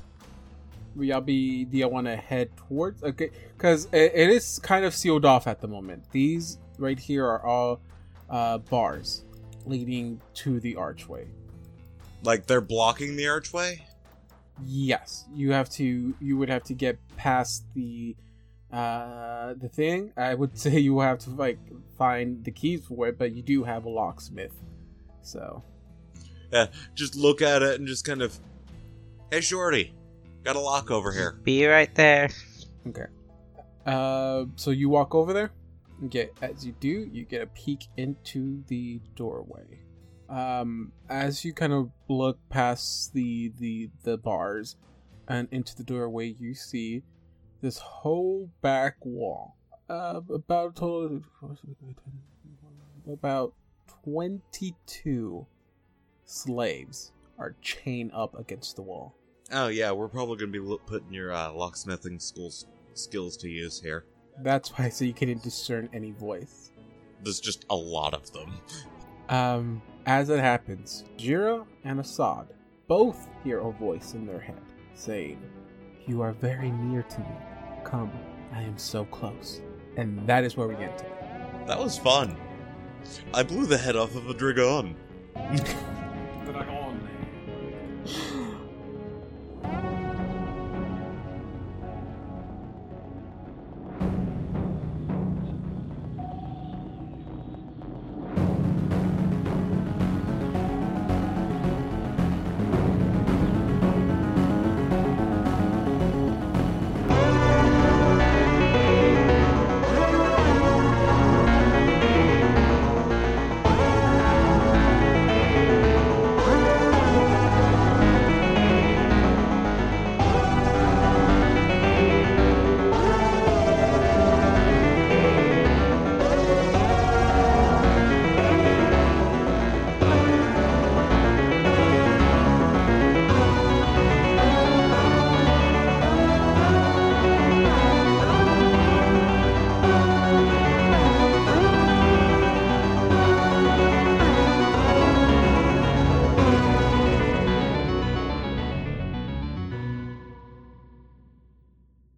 Will y'all be? Do y'all want to head towards? Okay, because it, it is kind of sealed off at the moment. These right here are all uh, bars leading to the archway. Like they're blocking the archway. Yes, you have to. You would have to get past the uh, the thing. I would say you have to like find the keys for it, but you do have a locksmith. So Just look at it and just kind of, hey, shorty, got a lock over here. Be right there. Uh, so you walk over there. You get as you do, you get a peek into the doorway. Um, as you kind of look past the the the bars and into the doorway, you see this whole back wall. Uh, about total about twenty two slaves are chained up against the wall. Oh yeah, we're probably gonna be lo- putting your uh, locksmithing schools skills to use here. That's why, so you couldn't discern any voice. There's just a lot of them. Um, as it happens, Jira and Assad both hear a voice in their head saying, You are very near to me. Come, I am so close. And that is where we end. That was fun. I blew the head off of a dragon. oh,